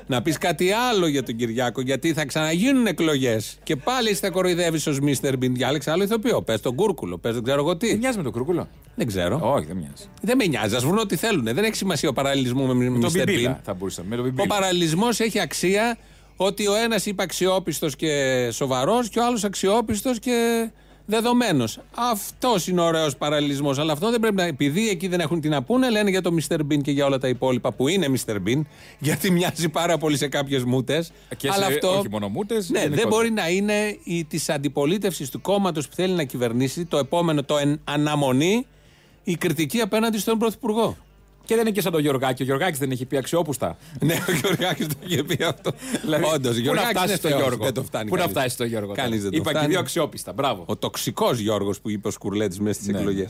Speaker 3: να πει κάτι άλλο για τον Κυριάκο, γιατί θα ξαναγίνουν εκλογές. Και πάλι θα κοροϊδεύεις ως Μίστερ Μπιν. Διάλεξε άλλο ηθοποιό. Πες τον Κούρκουλο, πες δεν ξέρω εγώ τι.
Speaker 4: Δεν μοιάζει με τον Κουρκούλο.
Speaker 3: Δεν ξέρω.
Speaker 4: Όχι, δεν μοιάζει.
Speaker 3: Δεν με νοιάζει, ας βρουν ό,τι θέλουν. Δεν έχει σημασία ο παραλληλισμό με
Speaker 4: Με τον
Speaker 3: Mr. Bean.
Speaker 4: Μπιμπίλα θα μπορούσαμε. Με τον
Speaker 3: Ο
Speaker 4: Μπιμπίλα.
Speaker 3: παραλληλισμός έχει αξία ότι ο ένας είπε αξιόπιστος και σοβαρός και ο άλλος αξιόπιστος και δεδομένο. Αυτός είναι ο ωραίος παραλληλισμός. Αλλά αυτό δεν πρέπει να. Επειδή εκεί δεν έχουν τι να πούνε, λένε για το Mr. Bean και για όλα τα υπόλοιπα που είναι Mr. Bean, γιατί μοιάζει πάρα πολύ σε κάποιες μούτες.
Speaker 4: Και σε- όχι μόνο μούτες,
Speaker 3: Ναι, δεν
Speaker 4: γενικότερα.
Speaker 3: μπορεί να είναι της αντιπολίτευσης του κόμματος που θέλει να κυβερνήσει το επόμενο, το εν, αναμονή, η κριτική απέναντι στον Πρωθυπουργό.
Speaker 4: Και δεν είναι και σαν τον Γιωργάκη. Ο Γιωργάκης δεν έχει πει αξιόπουστα.
Speaker 3: Ναι, ο Γιωργάκης το είχε πει αυτό.
Speaker 4: Δηλαδή,
Speaker 3: Όντω,
Speaker 4: πού να φτάσει στο Γιώργο.
Speaker 3: Δεν το φτάνει.
Speaker 4: Πού να
Speaker 3: κανείς.
Speaker 4: φτάσει στο Γιώργο.
Speaker 3: Κανείς δεν το
Speaker 4: Είπα και
Speaker 3: φτάνει.
Speaker 4: δύο αξιόπιστα. Μπράβο.
Speaker 3: Ο τοξικός Γιώργος που είπε ο Σκουρλέτης μέσα στις
Speaker 4: Ναι.
Speaker 3: εκλογές.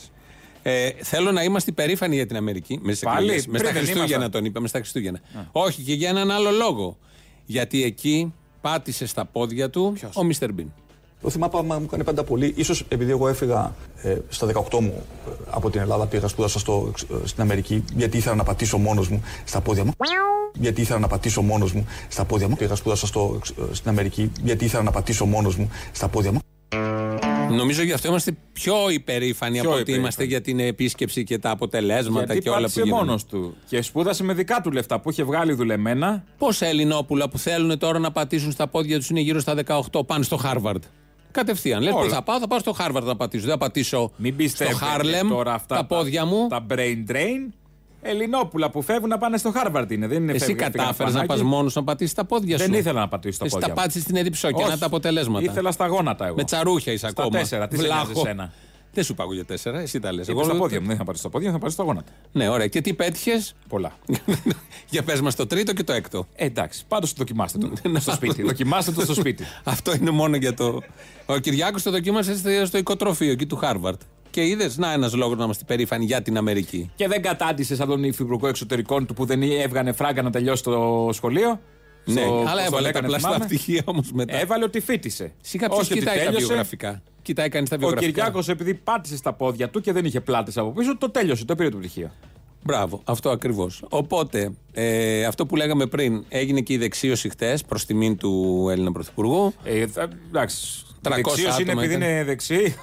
Speaker 3: Ε, θέλω να είμαστε υπερήφανοι για την Αμερική. Με στις
Speaker 4: Πάλι,
Speaker 3: εκλογές. Με
Speaker 4: πριν
Speaker 3: στα
Speaker 4: δεν
Speaker 3: Χριστούγεννα
Speaker 4: ήμασταν.
Speaker 3: τον είπαμε, στα Χριστούγεννα. Όχι, και για έναν άλλο λόγο. Γιατί εκεί πάτησε στα πόδια του ο Μίστερ Μπιν.
Speaker 6: Το θυμάμαι μα μου έκανε πάντα πολύ. Ίσως επειδή εγώ έφυγα ε, στα 18 μου ε, από την Ελλάδα, πήγα σπούδασα στο, ε, στην Αμερική, γιατί ήθελα να πατήσω μόνος μου στα πόδια μου. Γιατί ήθελα να πατήσω μόνος μου στα πόδια μου. Πήγα σπούδασα στο, ε, στην Αμερική, γιατί ήθελα να πατήσω μόνος μου στα πόδια μου.
Speaker 3: Νομίζω γι' αυτό είμαστε πιο υπερήφανοι από ότι
Speaker 4: υπερήφανοι.
Speaker 3: είμαστε για την επίσκεψη και τα αποτελέσματα
Speaker 4: Γιατί
Speaker 3: και όλα που
Speaker 4: πάτησε
Speaker 3: γίνανε.
Speaker 4: μόνος του. Και σπούδασε με δικά του λεφτά που είχε βγάλει δουλεμένα.
Speaker 3: Πόσα Ελληνόπουλα που θέλουν τώρα να πατήσουν στα πόδια τους είναι γύρω στα 18, πάνε στο Χάρβαρντ. Κατευθείαν. Λες,
Speaker 4: Όλα.
Speaker 3: πού θα πάω, θα πάω στο Χάρβαρντ να πατήσω. Δεν θα πατήσω
Speaker 4: Μην πιστεύετε
Speaker 3: στο Χάρλεμ
Speaker 4: τώρα αυτά
Speaker 3: τα πόδια μου.
Speaker 4: Τα brain drain. Ελληνόπουλα που φεύγουν να πάνε στο Χάρβαρντ είναι. Δεν είναι
Speaker 3: Εσύ
Speaker 4: φεύγουν, έφυγαν
Speaker 3: κατάφερες να
Speaker 4: φανάκι.
Speaker 3: πας μόνος να πατήσεις τα πόδια σου.
Speaker 4: Δεν ήθελα να πατήσω τα
Speaker 3: Εσύ
Speaker 4: πόδια
Speaker 3: τα
Speaker 4: μου.
Speaker 3: πάτησες στην Εδιψόκια.
Speaker 4: Όχι.
Speaker 3: Να τα αποτελέσματα.
Speaker 4: Ήθελα στα γόνατα εγώ.
Speaker 3: Με τσαρούχια είσαι
Speaker 4: Στα
Speaker 3: ακόμα.
Speaker 4: τέσσερα, τι σε
Speaker 3: Βλάχο.
Speaker 4: νοιάζει εσένα.
Speaker 3: Δεν σου πάγω για τέσσερα, εσύ τα λες.
Speaker 4: Εγώ στα πόδια μου. Δεν θα πάρεις στα πόδια, θα πάρεις στα γόνατα.
Speaker 3: Ναι, ωραία. Και τι πέτυχες.
Speaker 4: Πολλά.
Speaker 3: για πες μας το τρίτο και το έκτο.
Speaker 4: Ε, εντάξει, πάντως δοκιμάστε το στο σπίτι. δοκιμάστε το στο σπίτι.
Speaker 3: Αυτό είναι μόνο για το. Ο Κυριάκος το δοκίμασε στο- στο οικοτροφείο εκεί του Χάρβαρτ. Και είδες, να ένας λόγος να είμαστε περήφανοι για την Αμερική.
Speaker 4: Και δεν κατάντησες σαν τον υφυπουργό εξωτερικών του που δεν έβγανε φράγκα να τελειώσει το σχολείο.
Speaker 3: Ναι,
Speaker 4: Στο-
Speaker 3: αλλά
Speaker 4: στο
Speaker 3: έβαλε τα
Speaker 4: έκανε,
Speaker 3: πλαστά
Speaker 4: θυμάμαι. Ε,
Speaker 3: πτυχία όμως μετά.
Speaker 4: Έβαλε ότι φίτησε.
Speaker 3: Σιγά ποιος
Speaker 4: Όχι ότι
Speaker 3: κοιτάει τα
Speaker 4: τέλειωσε.
Speaker 3: βιογραφικά. Κοιτάει κανείς τα
Speaker 4: Ο
Speaker 3: βιογραφικά.
Speaker 4: Κυριάκος, επειδή πάτησε στα πόδια του και δεν είχε πλάτες από πίσω, το τέλειωσε. Το πήρε το πτυχίο.
Speaker 3: Μπράβο, αυτό ακριβώς. Οπότε, ε, αυτό που λέγαμε πριν, έγινε και η δεξίωση χτες προς τιμή του Έλληνα Πρωθυπουργού.
Speaker 4: Ε, θα- εντάξει.
Speaker 3: 300
Speaker 4: Δεξίος είναι
Speaker 3: άτομα
Speaker 4: επειδή
Speaker 3: ήταν. Ναι.
Speaker 4: είναι δεξί.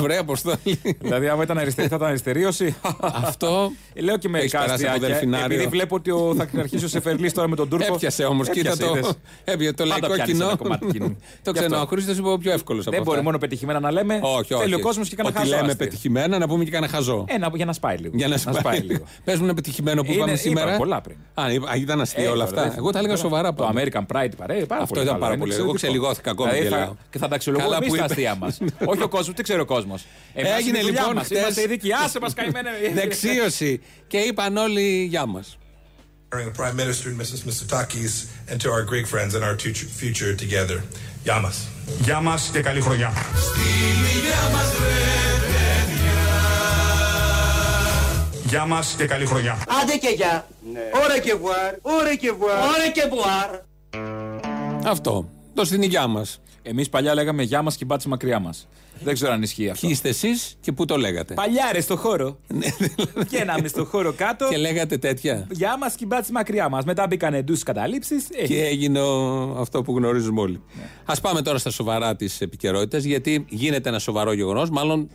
Speaker 3: Βρέα Αποστόλη.
Speaker 4: δηλαδή, άμα ήταν αριστερή, θα ήταν αριστερίωση.
Speaker 3: Αυτό
Speaker 4: Λέω και μερικά
Speaker 3: έχεις περάσει από
Speaker 4: αστιάκια,
Speaker 3: δελφινάριο.
Speaker 4: επειδή βλέπω ότι ο, θα αρχίσει ο Σεφερλής τώρα με τον Τούρκο.
Speaker 3: Έπιασε όμως, κοίτα
Speaker 4: Έπιασε,
Speaker 3: το.
Speaker 4: είδες.
Speaker 3: Έπιασε το
Speaker 4: Πάντα
Speaker 3: λαϊκό
Speaker 4: πιάνεις
Speaker 3: κοινό.
Speaker 4: ένα κομμάτι κοινού.
Speaker 3: Το
Speaker 4: Γι' αυτό.
Speaker 3: ξενοαχρήστο είπε ο πιο εύκολος από
Speaker 4: Δεν μπορεί
Speaker 3: αυτά.
Speaker 4: μόνο πετυχημένα να λέμε.
Speaker 3: Όχι, όχι.
Speaker 4: Θέλει ο κόσμος και κανένα
Speaker 3: Ότι
Speaker 4: χάζο.
Speaker 3: λέμε
Speaker 4: άστιο.
Speaker 3: πετυχημένα, να πούμε και κανένα χαζό.
Speaker 4: Ε, να, για να σπάει λίγο.
Speaker 3: Για να σπάει, λίγο. Πες μου ένα πετυχημένο που
Speaker 4: Είναι-
Speaker 3: είπαμε
Speaker 4: είπαμε
Speaker 3: σήμερα.
Speaker 4: πολλά πριν.
Speaker 3: Α, είπα- ήταν αστεία όλα
Speaker 4: τώρα,
Speaker 3: αυτά.
Speaker 4: δεν-
Speaker 3: Εγώ τα έλεγα
Speaker 4: Ε, τώρα,
Speaker 3: σοβαρά
Speaker 4: Το
Speaker 3: πάντα.
Speaker 4: American Pride παρέ, πάρα
Speaker 3: Αυτό
Speaker 4: πολύ
Speaker 3: ήταν
Speaker 4: καλό,
Speaker 3: πάρα
Speaker 4: είναι
Speaker 3: πολύ. Εγώ
Speaker 4: εξαιρετικό.
Speaker 3: ξελιγώθηκα ακόμη
Speaker 4: Δηλαδή,
Speaker 3: και
Speaker 4: θα-
Speaker 3: γελάω.
Speaker 4: Και θα τα αξιολογούμε
Speaker 3: Καλά
Speaker 4: εμεί
Speaker 3: που
Speaker 4: τα
Speaker 3: είπε.
Speaker 4: αστεία μας. Όχι ο κόσμος, τι ξέρει ο κόσμος.
Speaker 3: Έγινε λοιπόν
Speaker 4: Μας.
Speaker 3: χτες-
Speaker 4: Είμαστε ειδικοί. Άσε μας καημένε.
Speaker 3: Δεξίωση. Και είπαν όλοι γεια μας.
Speaker 7: honoring the Prime Minister and Mrs. Mitsotakis and to our Greek friends and our future, future together. Yamas.
Speaker 5: Γεια μας και καλή χρονιά. Γεια μας και καλή χρονιά.
Speaker 8: Άντε και γεια. Ωραία και βουάρ. Ωραία και βουάρ. Ωραία και βουάρ.
Speaker 3: Αυτό. Το στην υγειά μας.
Speaker 4: Εμείς παλιά λέγαμε γεια μας και μπάτσε μακριά μας. Δεν ξέρω αν ισχύει αυτό.
Speaker 3: Ποιοι είστε εσείς και πού το λέγατε.
Speaker 4: Παλιά ρε στο χώρο. Βγαίναμε στο χώρο κάτω.
Speaker 3: Και λέγατε τέτοια.
Speaker 4: Γεια μας και μπάτσε μακριά μας. Μετά μπήκαν εντού καταλήψει.
Speaker 3: Και έγινε ο- αυτό που γνωρίζουμε όλοι.
Speaker 4: Ναι.
Speaker 3: Ας πάμε τώρα στα σοβαρά της επικαιρότητας, γιατί γίνεται ένα σοβαρό γεγονός. Μάλλον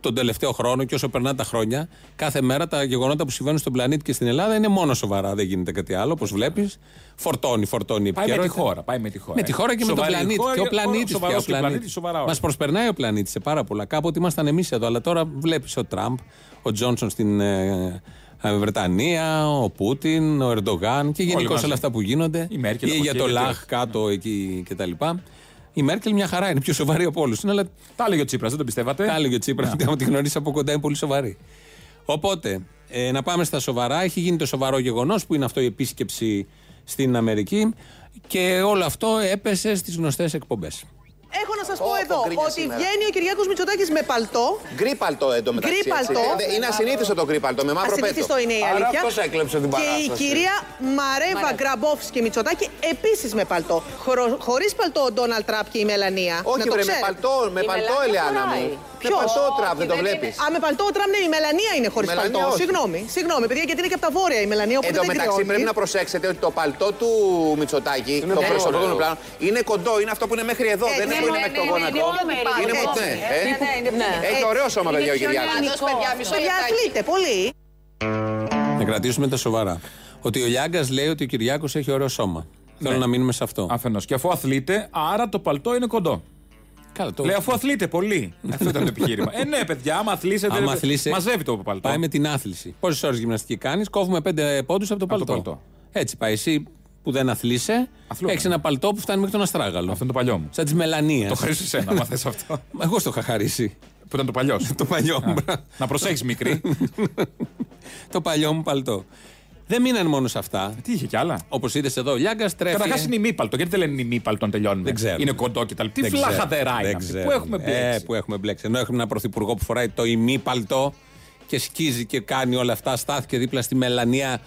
Speaker 3: τον τελευταίο χρόνο και όσο περνά τα χρόνια, κάθε μέρα τα γεγονότα που συμβαίνουν στον πλανήτη και στην Ελλάδα είναι μόνο σοβαρά. Δεν γίνεται κάτι άλλο, όπως βλέπεις. Φορτώνει, φορτώνει η
Speaker 4: Πάει με τη
Speaker 3: επικαιρότητα.
Speaker 4: χώρα. Πάει με τη χώρα.
Speaker 3: Με τη χώρα και
Speaker 4: Σοβαρή
Speaker 3: με τον πλανήτη.
Speaker 4: χώρα,
Speaker 3: Και ο πλανήτη.
Speaker 4: σοβαρός και ο πλανήτης, σοβαρά όλα.
Speaker 3: Μας προσπερνάει ο πλανήτης σε πάρα πολλά. Κάποτε ήμασταν εμείς εδώ, αλλά τώρα βλέπεις ο Τραμπ, ο Τζόνσον στην ε, ε, Βρετανία, ο Πούτιν, ο Ερντογάν και γενικώς
Speaker 4: μαζί.
Speaker 3: όλα αυτά που γίνονται.
Speaker 4: Η Μέρκελ
Speaker 3: ή
Speaker 4: από
Speaker 3: για
Speaker 4: εκεί,
Speaker 3: το
Speaker 4: γιατί-
Speaker 3: Λαχ κάτω εκεί κτλ. Η Μέρκελ μια χαρά είναι πιο σοβαρή από όλους. Είναι, αλλά
Speaker 4: Τα έλεγε ο Τσίπρας, δεν το πιστεύατε.
Speaker 3: τα έλεγε ο Τσίπρας, ότι άμα τη γνωρίσει από κοντά είναι πολύ σοβαρή. Οπότε, ε, να πάμε στα σοβαρά. Έχει γίνει το σοβαρό γεγονός που είναι αυτό η επίσκεψη στην Αμερική. Και όλο αυτό έπεσε στις γνωστές εκπομπές.
Speaker 9: Έχω να σας πω εδώ ότι βγαίνει ο Κυριάκος Μητσοτάκης με παλτό.
Speaker 10: Γκρίπαλτο εντωμεταξύ. Ε,
Speaker 9: Γκρι παλτό.
Speaker 10: Είναι ασυνήθιστο το γκρίπαλτο με μαύρο πέτο.
Speaker 9: Ασυνήθιστο είναι η αλήθεια.
Speaker 10: Άρα αυτός έκλεψε την παράσταση.
Speaker 9: Και η κυρία Μαρέβα Γκραμπόφσκι Μητσοτάκη επίσης με παλτό. Χρο... Χωρίς παλτό ο Ντόναλτ Τραπ και η Μελανία.
Speaker 10: Όχι,
Speaker 9: να το
Speaker 10: βρε, με
Speaker 9: ξέρετε.
Speaker 10: παλτό, με παλτό, Ελεάνα μου. είναι παλτό ο Τραμπ, δεν το βλέπεις.
Speaker 9: Α, με παλτό ο Τραμπ, ναι, η Μελανία είναι χωρίς
Speaker 10: Η Μελανία
Speaker 9: παλτό.
Speaker 10: όχι.
Speaker 9: Συγγνώμη, συγγνώμη, παιδιά, γιατί είναι και από τα βόρεια η Μελανία, οπότε
Speaker 10: Εν τω
Speaker 9: δεν
Speaker 10: μεταξύ
Speaker 9: κρυώνει.
Speaker 10: πρέπει να προσέξετε ότι το παλτό του Μητσοτάκη, το
Speaker 11: πολύ
Speaker 10: πρόσωπο
Speaker 11: ωραίο.
Speaker 10: του πλάνο, είναι κοντό, είναι αυτό που είναι μέχρι εδώ.
Speaker 11: Ε,
Speaker 10: Δεν
Speaker 11: ναι,
Speaker 10: είναι
Speaker 11: ναι,
Speaker 10: που είναι
Speaker 11: ναι,
Speaker 10: μέχρι το
Speaker 11: ναι,
Speaker 10: γόνατο.
Speaker 11: είναι ολόκληρο,
Speaker 10: Είναι
Speaker 11: ολόκληρο.
Speaker 10: ναι,
Speaker 11: Ε, ναι, ναι, είναι
Speaker 10: ε.
Speaker 11: πολύ-
Speaker 10: Έχει ωραίο σώμα,
Speaker 11: Είναι
Speaker 10: παιδιά, ο
Speaker 11: χιονιάτικο.
Speaker 10: Κυριάκος.
Speaker 11: Δώσ' παιδιά, μισό
Speaker 9: Παιδιά,
Speaker 11: λεπτάκι.
Speaker 9: αθλείται πολύ.
Speaker 3: Να κρατήσουμε τα σοβαρά. Ότι ο Λιάγκας λέει ότι ο Κυριάκος έχει ωραίο σώμα.
Speaker 4: Ναι.
Speaker 3: Θέλω να μείνουμε σε αυτό.
Speaker 4: Αφενός. Και αφού αθλείται, άρα το παλτό είναι κοντό.
Speaker 3: Καλά, το...
Speaker 4: Λέει αφού αθλείται πολύ. Αυτό ήταν το επιχείρημα. ε, ναι, παιδιά, άμα αθλείσετε.
Speaker 3: Άμα
Speaker 4: ρε,
Speaker 3: αθλείσαι,
Speaker 4: Μαζεύει το παλτό.
Speaker 3: Πάει με την άθληση. Πόσες ώρες γυμναστική κάνεις, κόβουμε πέντε πόντους από το παλτό.
Speaker 4: παλτό.
Speaker 3: Έτσι πάει. Εσύ που δεν αθλείσαι,
Speaker 4: Αθλούμαι.
Speaker 3: έχεις ένα παλτό που φτάνει μέχρι τον Αστράγαλο.
Speaker 4: Αυτό είναι το παλιό μου.
Speaker 3: Σαν τη Μελανία.
Speaker 4: Το χαρίσω σε ένα, άμα θες αυτό.
Speaker 3: Εγώ στο είχα χαρίσει.
Speaker 4: Που ήταν το παλιό. σου.
Speaker 3: το παλιό μου.
Speaker 4: Να προσέχεις μικρή.
Speaker 3: το παλιό μου παλτό. Δεν μείναν μόνο σε αυτά.
Speaker 4: Ε, Τι είχε κι άλλα.
Speaker 3: Όπως είδες εδώ, ο Λιάγκα τρέφει.
Speaker 4: Καταρχάς είναι ημίπαλτο. Γιατί δεν λένε ημίπαλτο αν τελειώνουμε.
Speaker 3: Δεν ξέρω.
Speaker 4: Είναι κοντό και τα λοιπά. Τι
Speaker 3: Δεν ξέρω.
Speaker 4: φλαχαδερά
Speaker 3: Δεν
Speaker 4: είναι αυτή που
Speaker 3: ξέρω.
Speaker 4: έχουμε
Speaker 3: Ε,
Speaker 4: μπλέξει.
Speaker 3: που έχουμε μπλέξει. Ενώ έχουμε ένα πρωθυπουργό που φοράει το ημί παλτό και σκίζει και κάνει όλα αυτά. Στάθηκε δίπλα στη μελανία.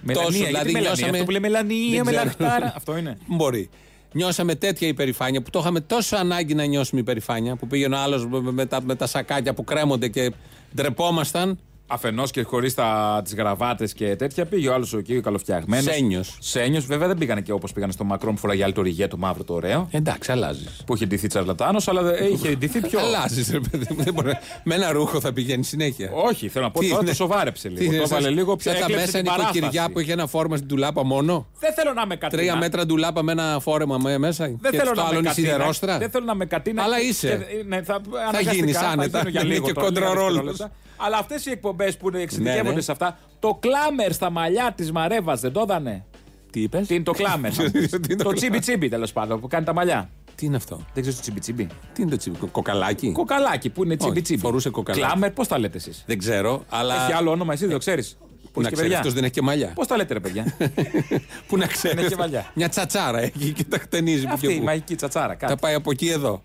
Speaker 4: Μελανία, γιατί μελανία, αυτό που λέει μελανία,
Speaker 3: δηλαδή, Δεν ξέρω.
Speaker 4: μελαχτάρα. Αυτό είναι.
Speaker 3: Μπορεί. Νιώσαμε τέτοια υπερηφάνεια που το είχαμε τόσο ανάγκη να νιώσουμε υπερηφάνεια που πήγαινε ο άλλος με, με τα, με τα σακάκια που κρέμονται και ντρεπόμασταν.
Speaker 4: Αφενός και χωρίς τις γραβάτες και τέτοια, πήγε ο άλλος ο εκεί καλοφτιαγμένος.
Speaker 3: Σένιος.
Speaker 4: Σένιος, βέβαια δεν πήγανε και όπως πήγανε στο Μακρόν που φοράγε άλλη το ριγέ το μαύρο το ωραίο.
Speaker 3: Εντάξει, αλλάζεις.
Speaker 4: Που είχε ντυθεί τσαρλατάνο, αλλά ε, είχε ντυθεί πιο.
Speaker 3: Αλλάζεις, ρε παιδί μου. Δεν μπορεί να- Με ένα ρούχο θα πηγαίνει συνέχεια.
Speaker 4: Όχι, θέλω να πω
Speaker 3: Τι
Speaker 4: τώρα
Speaker 3: είναι?
Speaker 4: το σοβάρεψε
Speaker 3: Τι
Speaker 4: λίγο.
Speaker 3: είναι,
Speaker 4: το έβαλε
Speaker 3: σαν-
Speaker 4: λίγο πιο
Speaker 3: Σαν τα μέσα νοικοκυριά που είχε ένα φόρμα στην τουλάπα μόνο.
Speaker 4: Δεν θέλω να με κατίνα.
Speaker 3: Τρία μέτρα ντουλάπα με ένα φόρεμα με- μέσα.
Speaker 4: Δεν
Speaker 3: και
Speaker 4: θέλω,
Speaker 3: στο
Speaker 4: να
Speaker 3: άλλο
Speaker 4: με
Speaker 3: είναι
Speaker 4: κατίνα.
Speaker 3: σιδερόστρα.
Speaker 4: δεν θέλω να με κατίνα.
Speaker 3: Αλλά
Speaker 4: και-
Speaker 3: είσαι.
Speaker 4: και- ναι, θα
Speaker 3: γίνεις
Speaker 4: αναγκαστικά,
Speaker 3: άνετα.
Speaker 4: γίνω για
Speaker 3: Είναι
Speaker 4: λίγο
Speaker 3: και
Speaker 4: τώρα,
Speaker 3: κόντρα
Speaker 4: λίγα
Speaker 3: ρόλος.
Speaker 4: δευτερόλεπτα. Αλλά αυτές οι εκπομπές που εξειδικεύονται
Speaker 3: Ναι, ναι.
Speaker 4: σε αυτά, το κλάμερ στα μαλλιά της Μαρέβας δεν το έδανε.
Speaker 3: Τι είπες.
Speaker 4: Τι είναι το κλάμερ.
Speaker 3: Τι είναι το
Speaker 4: το
Speaker 3: κλάμερ.
Speaker 4: τσίμπι τσίμπι τέλος πάντων που κάνει τα μαλλιά.
Speaker 3: Τι είναι αυτό.
Speaker 4: Δεν ξέρεις το τσίμπι τσίμπι.
Speaker 3: Τι είναι το τσίπ, κο- κοκαλάκι.
Speaker 4: Κοκαλάκι που είναι τσίμπι
Speaker 3: Όχι,
Speaker 4: τσίμπι.
Speaker 3: φορούσε κοκαλάκι.
Speaker 4: Κλάμερ, πώς τα λέτε εσείς.
Speaker 3: Δεν ξέρω, αλλά.
Speaker 4: Έχει άλλο όνομα εσύ, δεν το ξέρεις.
Speaker 3: Πού να ξέρει, αυτός δεν έχει και μαλλιά.
Speaker 4: Πώς τα λέτε ρε παιδιά.
Speaker 3: Πού να ξέρει.
Speaker 4: έχει μαλλιά.
Speaker 3: Μια τσατσάρα έχει και τα χτενίζει.
Speaker 4: Αυτή η μαγική τσατσάρα. κάτι.
Speaker 3: Τα πάει από εκεί εδώ.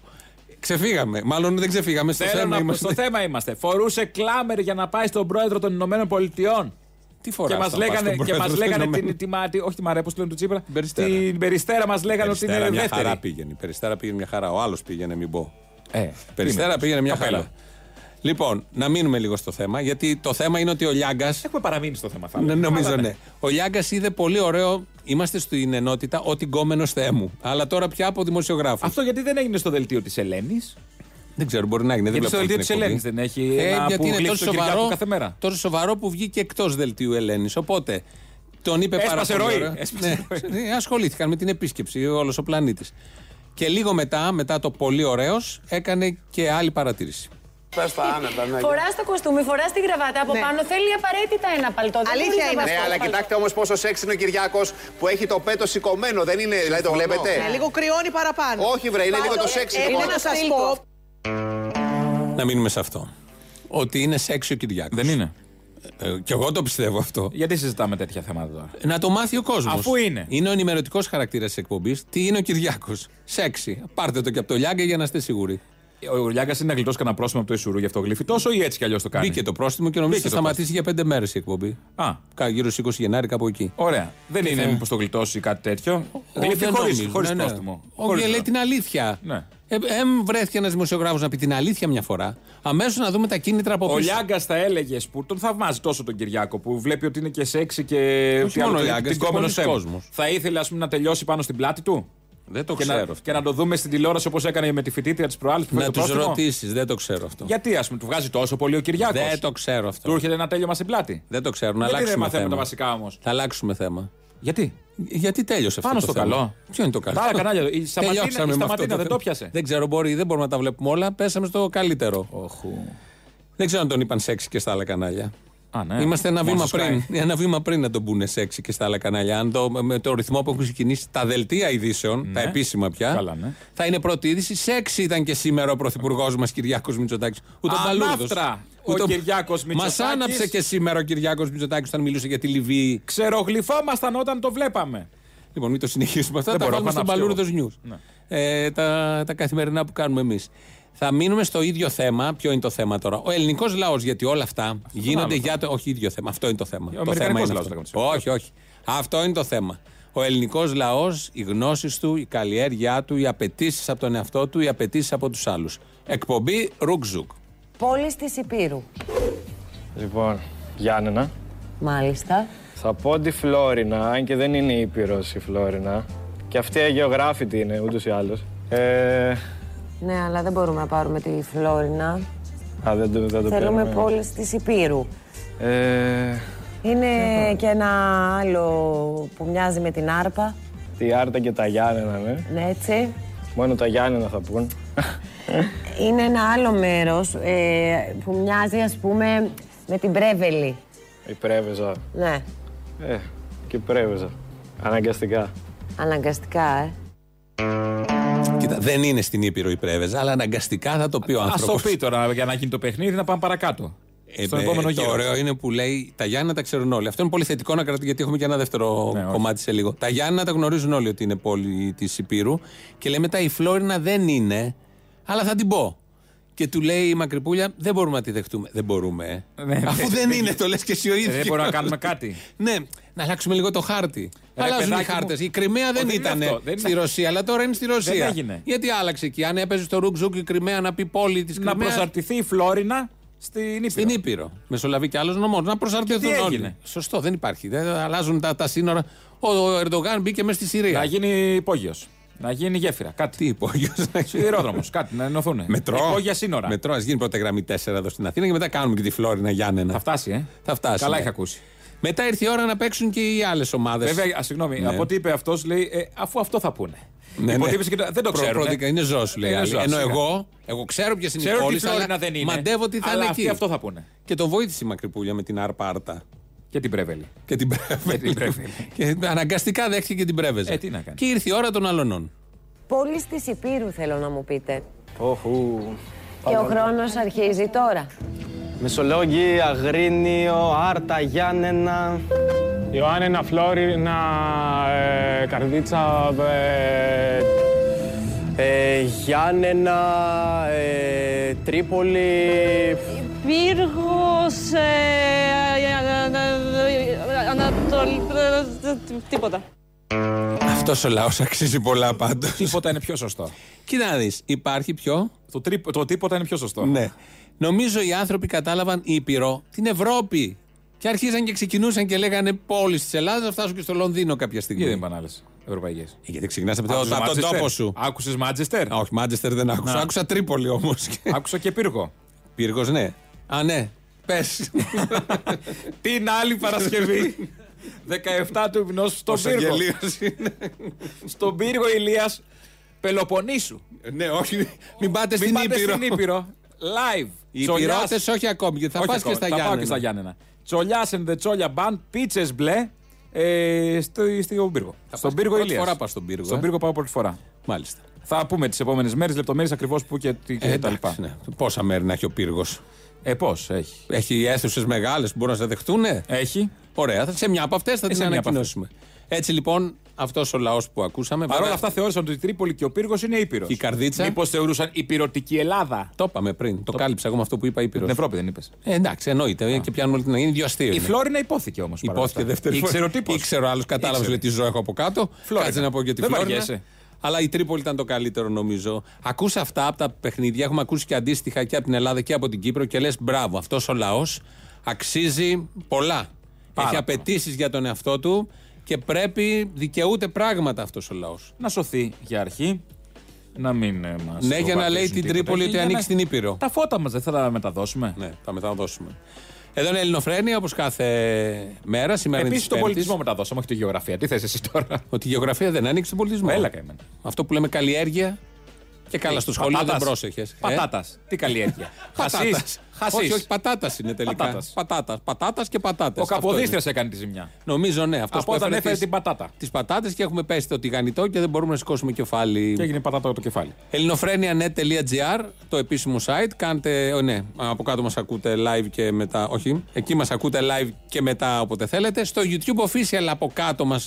Speaker 3: Ξεφύγαμε. Μάλλον δεν ξεφύγαμε. Στο
Speaker 4: Θέλω
Speaker 3: θέμα
Speaker 4: να πω,
Speaker 3: είμαστε.
Speaker 4: στο θέμα είμαστε. Φορούσε κλάμερ για να πάει στον πρόεδρο των Ηνωμένων Πολιτειών.
Speaker 3: Τι φοράς.
Speaker 4: Και μας λέγανε, και μας λέγανε την, τη, μα- τη- όχι τη Μαρέ, πώ λένε του Τσίπρα.
Speaker 3: Περιστέρα.
Speaker 4: Την Περιστέρα μας λέγανε ότι είναι
Speaker 3: Περιστέρα μια χαρά
Speaker 4: δεύτερη.
Speaker 3: πήγαινε. Η Περιστέρα πήγαινε μια χαρά. Ο άλλος πήγαινε, μην πω.
Speaker 4: Ε,
Speaker 3: Περιστέρα
Speaker 4: τι
Speaker 3: πήγαινε μια
Speaker 4: Καπέλα.
Speaker 3: χαρά. Λοιπόν, να μείνουμε λίγο στο θέμα, γιατί το θέμα είναι ότι ο Λιάγκας.
Speaker 4: Έχουμε παραμείνει στο θέμα. θα
Speaker 3: Ναι,
Speaker 4: έλεγα.
Speaker 3: νομίζω
Speaker 4: Αλλά
Speaker 3: ναι. Ο Λιάγκας είδε πολύ ωραίο. Είμαστε στην ενότητα ότι γκόμενος θεέ μου. Αλλά τώρα πια από δημοσιογράφους.
Speaker 4: Αυτό γιατί δεν έγινε στο δελτίο της Ελένης.
Speaker 3: Δεν ξέρω, μπορεί να έγινε. Δεν
Speaker 4: Γιατί στο
Speaker 3: βλέπω
Speaker 4: δελτίο
Speaker 3: την
Speaker 4: της
Speaker 3: εκπομπή.
Speaker 4: Ελένης δεν έχει.
Speaker 3: Ε,
Speaker 4: ένα που
Speaker 3: γιατί είναι
Speaker 4: γλύφει
Speaker 3: τόσο
Speaker 4: το Κυριάκο
Speaker 3: σοβαρό,
Speaker 4: Κάθε μέρα.
Speaker 3: τόσο σοβαρό που βγήκε εκτός δελτίου Ελένης. Οπότε τον είπε πάρα
Speaker 4: Έσπασε
Speaker 3: πολύ.
Speaker 4: ροή,
Speaker 3: ωραία.
Speaker 4: έσπασε
Speaker 3: Ναι, ναι, ασχολήθηκαν με την επίσκεψη όλος ο πλανήτης. Και λίγο μετά, μετά το πολύ ωραίος, έκανε και άλλη παρατήρηση.
Speaker 10: Πες τα άνετα, ναι.
Speaker 11: Φορά το κοστούμι, φορά τη γραβάτα από
Speaker 9: Ναι.
Speaker 11: πάνω. Θέλει απαραίτητα ένα παλτό. Δεν
Speaker 9: Αλήθεια
Speaker 11: μπορείς να
Speaker 9: είναι
Speaker 11: πας
Speaker 10: Ναι,
Speaker 11: χωρίς
Speaker 10: αλλά
Speaker 11: παλτό.
Speaker 10: κοιτάξτε όμως πόσο σεξ είναι ο Κυριάκος που έχει το πέτο σηκωμένο. Δεν είναι, δηλαδή το βλέπετε.
Speaker 11: Ναι,
Speaker 9: Ε, Λίγο κρυώνει παραπάνω.
Speaker 10: Όχι, βρε, είναι λίγο το σεξ.
Speaker 9: Ε,
Speaker 10: λοιπόν.
Speaker 9: να σα πω.
Speaker 3: Να μείνουμε σε αυτό. Ότι είναι σεξ ο Κυριάκος.
Speaker 4: Δεν είναι.
Speaker 3: και εγώ το πιστεύω αυτό.
Speaker 4: Γιατί συζητάμε τέτοια θέματα τώρα.
Speaker 3: Να το μάθει ο κόσμος.
Speaker 4: Αφού είναι.
Speaker 3: Είναι ο ενημερωτικός χαρακτήρας της εκπομπής. Τι είναι ο Κυριάκος. Σεξι. Πάρτε το και από το Λιάγκα για να είστε σίγουροι.
Speaker 4: Ο Λιάγκα είναι να γλιτώσει κανένα πρόσημο από το Ισουρού γι' αυτό γλύφει τόσο ή έτσι κι αλλιώς το κάνει.
Speaker 3: Μπήκε το πρόστιμο και νομίζω
Speaker 4: Μπήκε
Speaker 3: θα
Speaker 4: το
Speaker 3: σταματήσει για πέντε μέρες η εκπομπή.
Speaker 4: Α.
Speaker 3: Κα- Γύρω στις 20 Γενάρη, κάπου εκεί.
Speaker 4: Ωραία. Δεν είναι μήπως το γλιτώσει ή κάτι τέτοιο. Γλύφει
Speaker 3: δεν
Speaker 4: χωρίς
Speaker 3: νομίζω, ναι, ναι.
Speaker 4: πρόστιμο.
Speaker 3: Ο
Speaker 4: Χωρίς
Speaker 3: Γκέ λέει
Speaker 4: πρόστιμο.
Speaker 3: την αλήθεια.
Speaker 4: Ναι.
Speaker 3: Ε, εμ, βρέθηκε ένας δημοσιογράφος να πει την αλήθεια μια φορά. Αμέσως να δούμε τα κίνητρα από πίσω.
Speaker 4: Ο Λιάγκας θα έλεγε που τον θαυμάζει τόσο τον Κυριάκο που βλέπει ότι είναι και σεξι και.
Speaker 3: Όχι
Speaker 4: τι άλλο,
Speaker 3: μόνο ο
Speaker 4: την-
Speaker 3: Λιάγκας,
Speaker 4: την
Speaker 3: και
Speaker 4: κόμενο
Speaker 3: πολλοί
Speaker 4: σέμ.
Speaker 3: κόσμος.
Speaker 4: Θα ήθελε ας πούμε, να τελειώσει πάνω στην πλάτη του.
Speaker 3: Δεν το
Speaker 4: και,
Speaker 3: ξέρω.
Speaker 4: να,
Speaker 3: αυτό.
Speaker 4: και να το δούμε στην τηλεόραση όπως έκανε με τη φοιτήτρια της προάλλης που φέρει
Speaker 3: να
Speaker 4: το
Speaker 3: τους
Speaker 4: πρόστιμο.
Speaker 3: ρωτήσεις. Δεν το ξέρω αυτό.
Speaker 4: Γιατί ας πούμε, του βγάζει τόσο πολύ ο Κυριάκος.
Speaker 3: Δεν το ξέρω αυτό.
Speaker 4: Του έρχεται ένα τέλειωμα στην πλάτη.
Speaker 3: Δεν το ξέρω. Να
Speaker 4: Γιατί δεν
Speaker 3: αλλάξουμε
Speaker 4: μαθαίνουμε
Speaker 3: θέμα.
Speaker 4: τα βασικά όμως.
Speaker 3: Θα αλλάξουμε θέμα.
Speaker 4: Γιατί.
Speaker 3: Γιατί τέλειωσε
Speaker 4: Πάνω
Speaker 3: αυτό.
Speaker 4: στο
Speaker 3: το θέμα.
Speaker 4: καλό.
Speaker 3: Ποιο είναι το καλό.
Speaker 4: Τα άλλα κανάλια, η Σταματίνα-
Speaker 3: Τελειώσαμε
Speaker 4: η
Speaker 3: με αυτό
Speaker 4: Σταματίνα δεν
Speaker 3: θέμα.
Speaker 4: το πιάσε.
Speaker 3: Δεν ξέρω, μπορεί, δεν μπορούμε να τα βλέπουμε όλα. Πέσαμε στο καλύτερο. Δεν ξέρω αν τον είπαν σεξ και στα άλλα κανάλια.
Speaker 4: Α, ναι.
Speaker 3: Είμαστε ένα
Speaker 4: Μόνος
Speaker 3: βήμα,
Speaker 4: στο
Speaker 3: πριν, ένα βήμα πριν να τον πούνε σεξ και στα άλλα κανάλια. Αν το, με το ρυθμό που έχουν ξεκινήσει τα δελτία ειδήσεων, τα επίσημα πια,
Speaker 4: Ναι. Καλά, ναι.
Speaker 3: θα είναι πρώτη είδηση. Σεξ ήταν και σήμερα ο πρωθυπουργός μας Κυριάκος Μητσοτάκης. Ούτε ο
Speaker 4: Ανάφτρα,
Speaker 3: Παλούρδος.
Speaker 4: ο Κυριάκος Μητσοτάκης.
Speaker 3: Μα άναψε και σήμερα ο Κυριάκος Μητσοτάκης όταν μιλούσε για τη Λιβύη.
Speaker 4: Ξερογλυφόμασταν όταν το βλέπαμε.
Speaker 3: Λοιπόν, μην το συνεχίσουμε αυτά.
Speaker 4: Δεν
Speaker 3: τα
Speaker 4: μπορώ,
Speaker 3: βάλουμε
Speaker 4: έχω Ναι.
Speaker 3: στον
Speaker 4: ανάψει
Speaker 3: Παλούρδο
Speaker 4: κι εγώ.
Speaker 3: News. Ε, τα, τα καθημερινά που κάνουμε εμείς. Θα μείνουμε στο ίδιο θέμα. Ποιο είναι το θέμα τώρα. Ο ελληνικός λαός, γιατί όλα αυτά γίνονται
Speaker 4: άλλο
Speaker 3: για το. Όχι, ίδιο θέμα. Αυτό είναι το θέμα. το
Speaker 4: αμερικανικός
Speaker 3: θέμα είναι
Speaker 4: λαός
Speaker 3: αυτό.
Speaker 4: θα κάνουμε
Speaker 3: Όχι, όχι. Αυτό είναι το θέμα. Ο ελληνικός λαός, οι γνώσεις του, η καλλιέργειά του, οι απαιτήσεις από τον εαυτό του, οι απαιτήσεις από τους άλλους. Εκπομπή Ρουκζουκ.
Speaker 12: Πόλης της Υπήρου.
Speaker 13: Λοιπόν, Γιάννενα.
Speaker 12: Μάλιστα.
Speaker 13: Θα πω τη Φλόρινα, αν και δεν είναι ήπειρος η Φλόρινα. Και αυτή αγεωγράφητη είναι, ούτως ή άλλως. Ε,
Speaker 12: Ναι, αλλά δεν μπορούμε να πάρουμε τη Φλόρινα.
Speaker 13: α, δεν το, δεν
Speaker 12: Θέλουμε
Speaker 13: το παίρνουμε.
Speaker 12: πόλεις της Υπήρου.
Speaker 13: Ε,
Speaker 12: Είναι και ένα άλλο που μοιάζει με την Άρπα.
Speaker 13: τη Άρτα και τα Γιάννενα, ναι.
Speaker 12: Ναι, έτσι.
Speaker 13: Μόνο τα Γιάννενα θα πούν.
Speaker 12: Είναι ένα άλλο μέρος ε, που μοιάζει, ας πούμε, με την Πρέβελη.
Speaker 13: Η Πρέβεζα.
Speaker 12: Ναι,
Speaker 13: Ε, και η Πρέβεζα. Αναγκαστικά.
Speaker 12: αναγκαστικά, ε.
Speaker 3: Κοίτα, δεν είναι στην Ήπειρο η Πρέβεζα, αλλά αναγκαστικά θα το πει ο
Speaker 4: Ας
Speaker 3: άνθρωπο.
Speaker 4: το πει τώρα για να γίνει το παιχνίδι, να πάμε παρακάτω. Στον
Speaker 3: Ε,
Speaker 4: επόμενο
Speaker 3: το
Speaker 4: γύρο.
Speaker 3: ωραίο είναι που λέει τα Γιάννα τα ξέρουν όλοι. Αυτό είναι πολύ θετικό να κρατήσει, γιατί έχουμε και ένα δεύτερο
Speaker 4: Ναι,
Speaker 3: κομμάτι σε λίγο. Τα Γιάννα τα γνωρίζουν όλοι ότι είναι πόλη της Υπήρου. Και λέει μετά η Φλόρινα δεν είναι, αλλά θα την πω. Και του λέει η Μακρυπούλια, δεν μπορούμε να τη δεχτούμε. Δεν μπορούμε. ε.
Speaker 4: Ναι,
Speaker 3: Αφού
Speaker 4: ναι.
Speaker 3: δεν είναι, το λες και εσύ ο ίδιο.
Speaker 4: Δεν μπορούμε να κάνουμε κάτι.
Speaker 3: Ναι, να αλλάξουμε λίγο το χάρτη.
Speaker 4: Ρε,
Speaker 3: Αλλάζουν οι
Speaker 4: παιδάκι μου.
Speaker 3: χάρτες. Η Κρυμαία δεν
Speaker 4: δεν είναι
Speaker 3: ήταν
Speaker 4: αυτό, δεν
Speaker 3: στη
Speaker 4: είναι.
Speaker 3: Ρωσία, αλλά τώρα είναι στη Ρωσία.
Speaker 4: έγινε.
Speaker 3: Γιατί άλλαξε εκεί. Αν έπαιζε στο Ρουκζούκ η Κρυμαία να πει πόλη της Κρυμαία.
Speaker 4: Να προσαρτηθεί η Φλόρινα στην Ήπειρο.
Speaker 3: Στην Ήπειρο. Μεσολαβεί και άλλος νομός. Να προσαρτηθούν
Speaker 4: Τι
Speaker 3: όλοι.
Speaker 4: έγινε?
Speaker 3: Σωστό, δεν υπάρχει. Δεν αλλάζουν τα, τα σύνορα. Ο, ο Ερντογάν μπήκε μέσα στη Συρία.
Speaker 4: Να γίνει υπόγειος. Να γίνει γέφυρα. Κάτι.
Speaker 3: Τι υπόγειος.
Speaker 4: Σιδηρόδρομος. Κάτι να ενωθούν.
Speaker 3: Μετρό.
Speaker 4: Ε, Υπόγεια σύνορα.
Speaker 3: Ε, Μετρό, ας γίνει πρώτα γραμμή 4 εδώ στην Αθήνα και μετά κάνουμε και τη Φλόρινα Γιάννενα. Θα
Speaker 4: φτάσει, ε.
Speaker 3: Θα φτάσει.
Speaker 4: Καλά
Speaker 3: ναι.
Speaker 4: είχα ακούσει.
Speaker 3: Μετά ήρθε η ώρα να παίξουν και οι άλλες ομάδες.
Speaker 4: Βέβαια, α, συγγνώμη,
Speaker 3: Ναι.
Speaker 4: από ό,τι είπε αυτός, λέει, ε, αφού αυτό θα πούνε. Υποτίμησε και το- δεν το
Speaker 3: Προ-
Speaker 4: ξέρουν. ε.
Speaker 3: πρώτη- είναι ζώος, λέει.
Speaker 4: Είναι
Speaker 3: άλλη.
Speaker 4: ζώος,
Speaker 3: Ενώ
Speaker 4: σιγά.
Speaker 3: εγώ, εγώ ξέρω ποιε είναι
Speaker 4: Ξέρω
Speaker 3: οι
Speaker 4: ότι η
Speaker 3: πόλεις,
Speaker 4: Φλόρινα
Speaker 3: αλλά
Speaker 4: δεν είναι.
Speaker 3: Μαντεύω ότι θα
Speaker 4: Αλλά
Speaker 3: είναι
Speaker 4: αυτοί
Speaker 3: εκεί.
Speaker 4: αυτό θα πούνε.
Speaker 3: Και τον βοήθησε η Μακρυπούλια με την Άρπα Άρτα.
Speaker 4: Και την Πρέβελη.
Speaker 3: Και την Πρέβελη.
Speaker 4: την Πρέβελη.
Speaker 3: και αναγκαστικά δέχτηκε και την Πρέβεζα.
Speaker 4: Ε, τι να κάνει.
Speaker 3: Και ήρθε η ώρα των αλωνών.
Speaker 12: Πόλης της Υπήρου θέλω να μου πείτε.
Speaker 13: Όχου.
Speaker 12: Και ο χρόνος αρχίζει τώρα.
Speaker 13: Μεσολόγγι, Αγρίνιο, Άρτα, Γιάννενα.
Speaker 14: Ιωάννενα, Φλόρινα, ε, Καρδίτσα, ε,
Speaker 13: Ε, Γιάννενα, ε, Τρίπολη.
Speaker 15: Πύργος, ε, ε, ε, Ανατολ... ε, Τίποτα.
Speaker 3: Αυτός ο λαός αξίζει πολλά πάντως.
Speaker 4: Τίποτα είναι πιο σωστό.
Speaker 3: Κοίτα να δεις, υπάρχει πιο.
Speaker 4: Το, τρίπ- το τίποτα είναι πιο σωστό.
Speaker 3: Ναι. Νομίζω οι άνθρωποι κατάλαβαν Ήπειρο την Ευρώπη. Και αρχίζαν και ξεκινούσαν και λέγανε πόλεις της Ελλάδας, θα φτάσουν και στο Λονδίνο κάποια στιγμή. Ε,
Speaker 4: Γιατί δεν πάνε άλλες ευρωπαϊκές.
Speaker 3: Γιατί ξεκινάς από, το- από τον τόπο σου.
Speaker 4: Άκουσες Μάντζεστερ.
Speaker 3: Όχι, Μάντζεστερ δεν άκουσα.
Speaker 4: Να.
Speaker 3: Άκουσα Τρίπολη όμως.
Speaker 4: Άκουσα και πύργο.
Speaker 3: Πύργος, ναι. Α, ναι. Πες.
Speaker 4: Την άλλη Παρασκευή. 17 του μηνό στον πύργο. Στον πύργο Ηλίας Πελοπονίσου.
Speaker 3: Ναι, όχι. Μην
Speaker 4: Μην
Speaker 3: πάτε στην
Speaker 4: πάτε
Speaker 3: Ήπειρο.
Speaker 4: στην Ήπειρο. Live.
Speaker 3: Οι
Speaker 4: Τσολιάς.
Speaker 3: πυρώτες όχι ακόμη, γιατί θα
Speaker 4: Όχι
Speaker 3: πας και
Speaker 4: ακόμα,
Speaker 3: στα
Speaker 4: θα πάω
Speaker 3: Γιάννενα.
Speaker 4: και στα Γιάννενα. Τσολιάς and the Τσόλια Band, πίτσε μπλε. Ε, στο, στον πύργο. Στον πύργο
Speaker 3: πρώτη
Speaker 4: Ηλίας.
Speaker 3: φορά πας στον πύργο,
Speaker 4: Στον
Speaker 3: ε.
Speaker 4: πύργο πάω πρώτη φορά.
Speaker 3: Μάλιστα.
Speaker 4: Θα πούμε τις επόμενες μέρες, λεπτομέρειες ακριβώς που και, τι και
Speaker 3: Ε,
Speaker 4: τα
Speaker 3: εντάξει,
Speaker 4: λοιπά.
Speaker 3: ναι. Πόσα μέρη να έχει ο πύργος.
Speaker 4: Ε, πώς έχει.
Speaker 3: Έχει αίθουσες μεγάλες που μπορούν να σε δεχτούν.
Speaker 4: Έχει.
Speaker 3: Ωραία. θα- Σε μια από αυτές θα
Speaker 4: Ε. σε
Speaker 3: την
Speaker 4: μια από
Speaker 3: ανακοινώσουμε. Έτσι λοιπόν, αυτός ο λαός που ακούσαμε.
Speaker 4: Παρ' όλα
Speaker 3: βέβαια,
Speaker 4: αυτά θεώρησαν ότι η Τρίπολη και ο πύργος είναι ήπειρος.
Speaker 3: Η καρδίτσα.
Speaker 4: Μήπως θεωρούσαν υπηρωτική Ελλάδα.
Speaker 3: Το είπαμε πριν. Το, κάλυψα εγώ με αυτό που είπα ήπειρος.
Speaker 4: Την Ευρώπη δεν είπες.
Speaker 3: Ε, εντάξει, εννοείται. Και πιάνουμε όλη την Είναι δύο αστείο.
Speaker 4: Η
Speaker 3: είναι.
Speaker 4: Φλόρινα υπόθηκε όμως.
Speaker 3: Υπόθηκε δεύτερη φορά.
Speaker 4: Ήξερε ο τύπος.
Speaker 3: Ήξερε ο άλλος, κατάλαβες
Speaker 4: Ήξερε.
Speaker 3: λέει τι ζώο έχω από κάτω.
Speaker 4: Φλόρινα.
Speaker 3: Κάτσε να πω και τη
Speaker 4: Δεν
Speaker 3: Φλόρινα.
Speaker 4: βαριέσαι.
Speaker 3: Αλλά η Τρίπολη ήταν το καλύτερο νομίζω. Ακούσα αυτά από τα παιχνίδια. Έχουμε ακούσει και αντίστοιχα και από την Ελλάδα και από την Κύπρο και λες μπράβο, αυτός ο λαός αξίζει πολλά. Έχει απαιτήσεις για τον εαυτό του και πρέπει, δικαιούται πράγματα αυτός ο λαός.
Speaker 4: Να σωθεί για αρχή. Να μην ε, μας
Speaker 3: Ναι, για να
Speaker 4: βαπτίζουν
Speaker 3: λέει την
Speaker 4: τίποτα.
Speaker 3: Τρίπολη ότι
Speaker 4: Για να-
Speaker 3: ανοίξει την Ήπειρο.
Speaker 4: Τα φώτα μας δεν θα τα μεταδώσουμε.
Speaker 3: Ναι, τα μεταδώσουμε. Εδώ είναι Ελληνοφρένια όπως κάθε μέρα. Σήμερα είναι
Speaker 4: Επίση
Speaker 3: της
Speaker 4: τον
Speaker 3: Πέμπτης.
Speaker 4: πολιτισμό μεταδώσαμε, όχι τη γεωγραφία. Τι θες εσύ τώρα.
Speaker 3: Ότι η γεωγραφία δεν ανοίξει τον πολιτισμό.
Speaker 4: Έλα καημένα. Ε,
Speaker 3: Αυτό που λέμε καλλιέργεια και καλά στο σχολείο δεν
Speaker 4: πατάτας.
Speaker 3: πρόσεχες.
Speaker 4: Πατάτας. Τι καλλιέργεια. Χασίς. Χασίς.
Speaker 3: Όχι, όχι, πατάτας είναι τελικά.
Speaker 4: Πατάτας.
Speaker 3: Πατάτας πατάτας και πατάτες.
Speaker 4: Ο Καποδίστρια έκανε τη ζημιά.
Speaker 3: Νομίζω ναι. Αυτός
Speaker 4: Από όταν έφερε την πατάτα.
Speaker 3: Τις πατάτες και έχουμε πέσει το τηγανιτό και δεν μπορούμε να σηκώσουμε κεφάλι.
Speaker 4: Και έγινε πατάτα το κεφάλι.
Speaker 3: ελληνοφρένια.net.gr το επίσημο site. Κάντε. ω, ναι, από κάτω μας ακούτε live και μετά. Όχι, εκεί μας ακούτε live και μετά όποτε θέλετε. Στο YouTube official από κάτω μας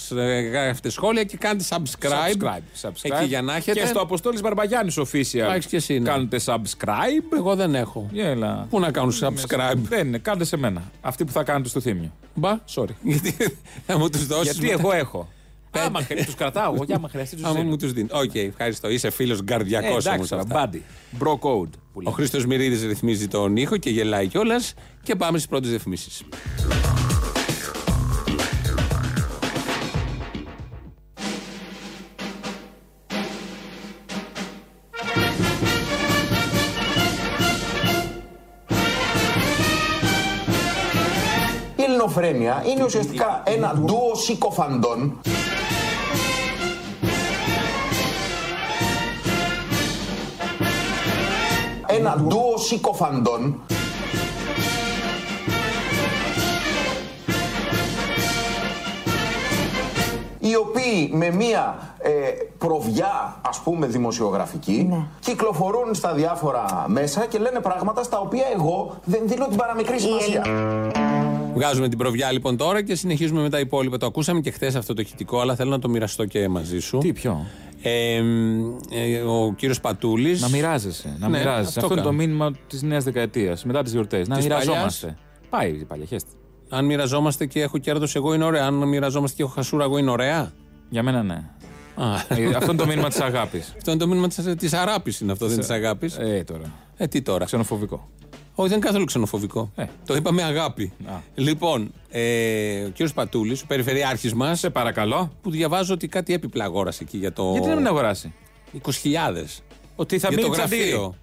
Speaker 3: γράφετε σχόλια και κάντε subscribe. Εκεί για να έχετε.
Speaker 4: Και στο Αποστόλης Μπαρμπαγιάννης
Speaker 3: Α,
Speaker 4: official.
Speaker 3: έχεις και εσύ, ναι.
Speaker 4: Κάνετε subscribe.
Speaker 3: Εγώ δεν έχω.
Speaker 4: Γέλα.
Speaker 3: Πού να κάνουν subscribe.
Speaker 4: Δεν είναι, κάντε σε μένα. Αυτή που θα κάνετε στο θύμιο.
Speaker 3: Μπα.
Speaker 4: Sorry.
Speaker 3: Γιατί θα μου τους δώσεις.
Speaker 4: Γιατί εγώ έχω. Άμα χρειαστεί, τους κρατάω. Εγώ, και άμα χρειαστεί, τους
Speaker 3: Άμα μου τους δίνει. Οκ, ευχαριστώ. Είσαι φίλος γκαρδιακό
Speaker 4: Ε, εντάξει,
Speaker 3: όμω.
Speaker 4: τώρα, μπάντι.
Speaker 3: Bro code. Ο Χρήστος Μυρίδης ρυθμίζει τον ήχο και γελάει κιόλας. Και πάμε στις πρώτες διαφημίσεις.
Speaker 1: Η ελληνοφρένεια είναι ουσιαστικά ένα ντουο συκοφαντών. Ένα ντουο συκοφαντών. οι οποίοι με μία ε, προβιά, ας πούμε, δημοσιογραφική, κυκλοφορούν στα διάφορα μέσα και λένε πράγματα στα οποία εγώ δεν δίνω την παραμικρή σημασία.
Speaker 3: Βγάζουμε την προβιά λοιπόν τώρα και συνεχίζουμε με τα υπόλοιπα. Το ακούσαμε και χθες αυτό το χητικό, αλλά θέλω να το μοιραστώ και μαζί σου. Τι,
Speaker 4: ποιο.
Speaker 3: Ε, μ, ε, ο κύριος Πατούλης.
Speaker 4: Να μοιράζεσαι. Να μοιράζεσαι. Ναι, Αυτό, είναι το μήνυμα της νέας δεκαετίας. Μετά τις γιορτές. Να
Speaker 3: Της
Speaker 4: μοιραζόμαστε.
Speaker 3: παλιάς.
Speaker 4: Πάει η παλιά, χέστε.
Speaker 3: Αν μοιραζόμαστε και έχω κέρδος, εγώ είναι ωραία. Αν μοιραζόμαστε και έχω χασούρα, εγώ είναι ωραία.
Speaker 4: Για μένα ναι. Ε, αυτό είναι το μήνυμα της αγάπης.
Speaker 3: Αυτό είναι το μήνυμα της της αράπη, είναι αυτό, δεν
Speaker 4: Σε-
Speaker 3: της αγάπης.
Speaker 4: Ε, τώρα.
Speaker 3: Ε, τι τώρα.
Speaker 4: Ξενοφοβικό.
Speaker 3: Όχι, δεν είναι καθόλου ξενοφοβικό.
Speaker 4: Ε.
Speaker 3: Το είπα με αγάπη. Λοιπόν, ε, ο κύριος Πατούλης, ο περιφερειάρχης μας. Σε
Speaker 4: παρακαλώ.
Speaker 3: Που διαβάζω ότι κάτι έπιπλα αγόρασε εκεί για το.
Speaker 4: Γιατί να μην αγοράσει.
Speaker 3: 20.000.
Speaker 4: Ότι θα
Speaker 3: για
Speaker 4: μπει
Speaker 3: το
Speaker 4: η τσαντήρη.
Speaker 3: γραφείο.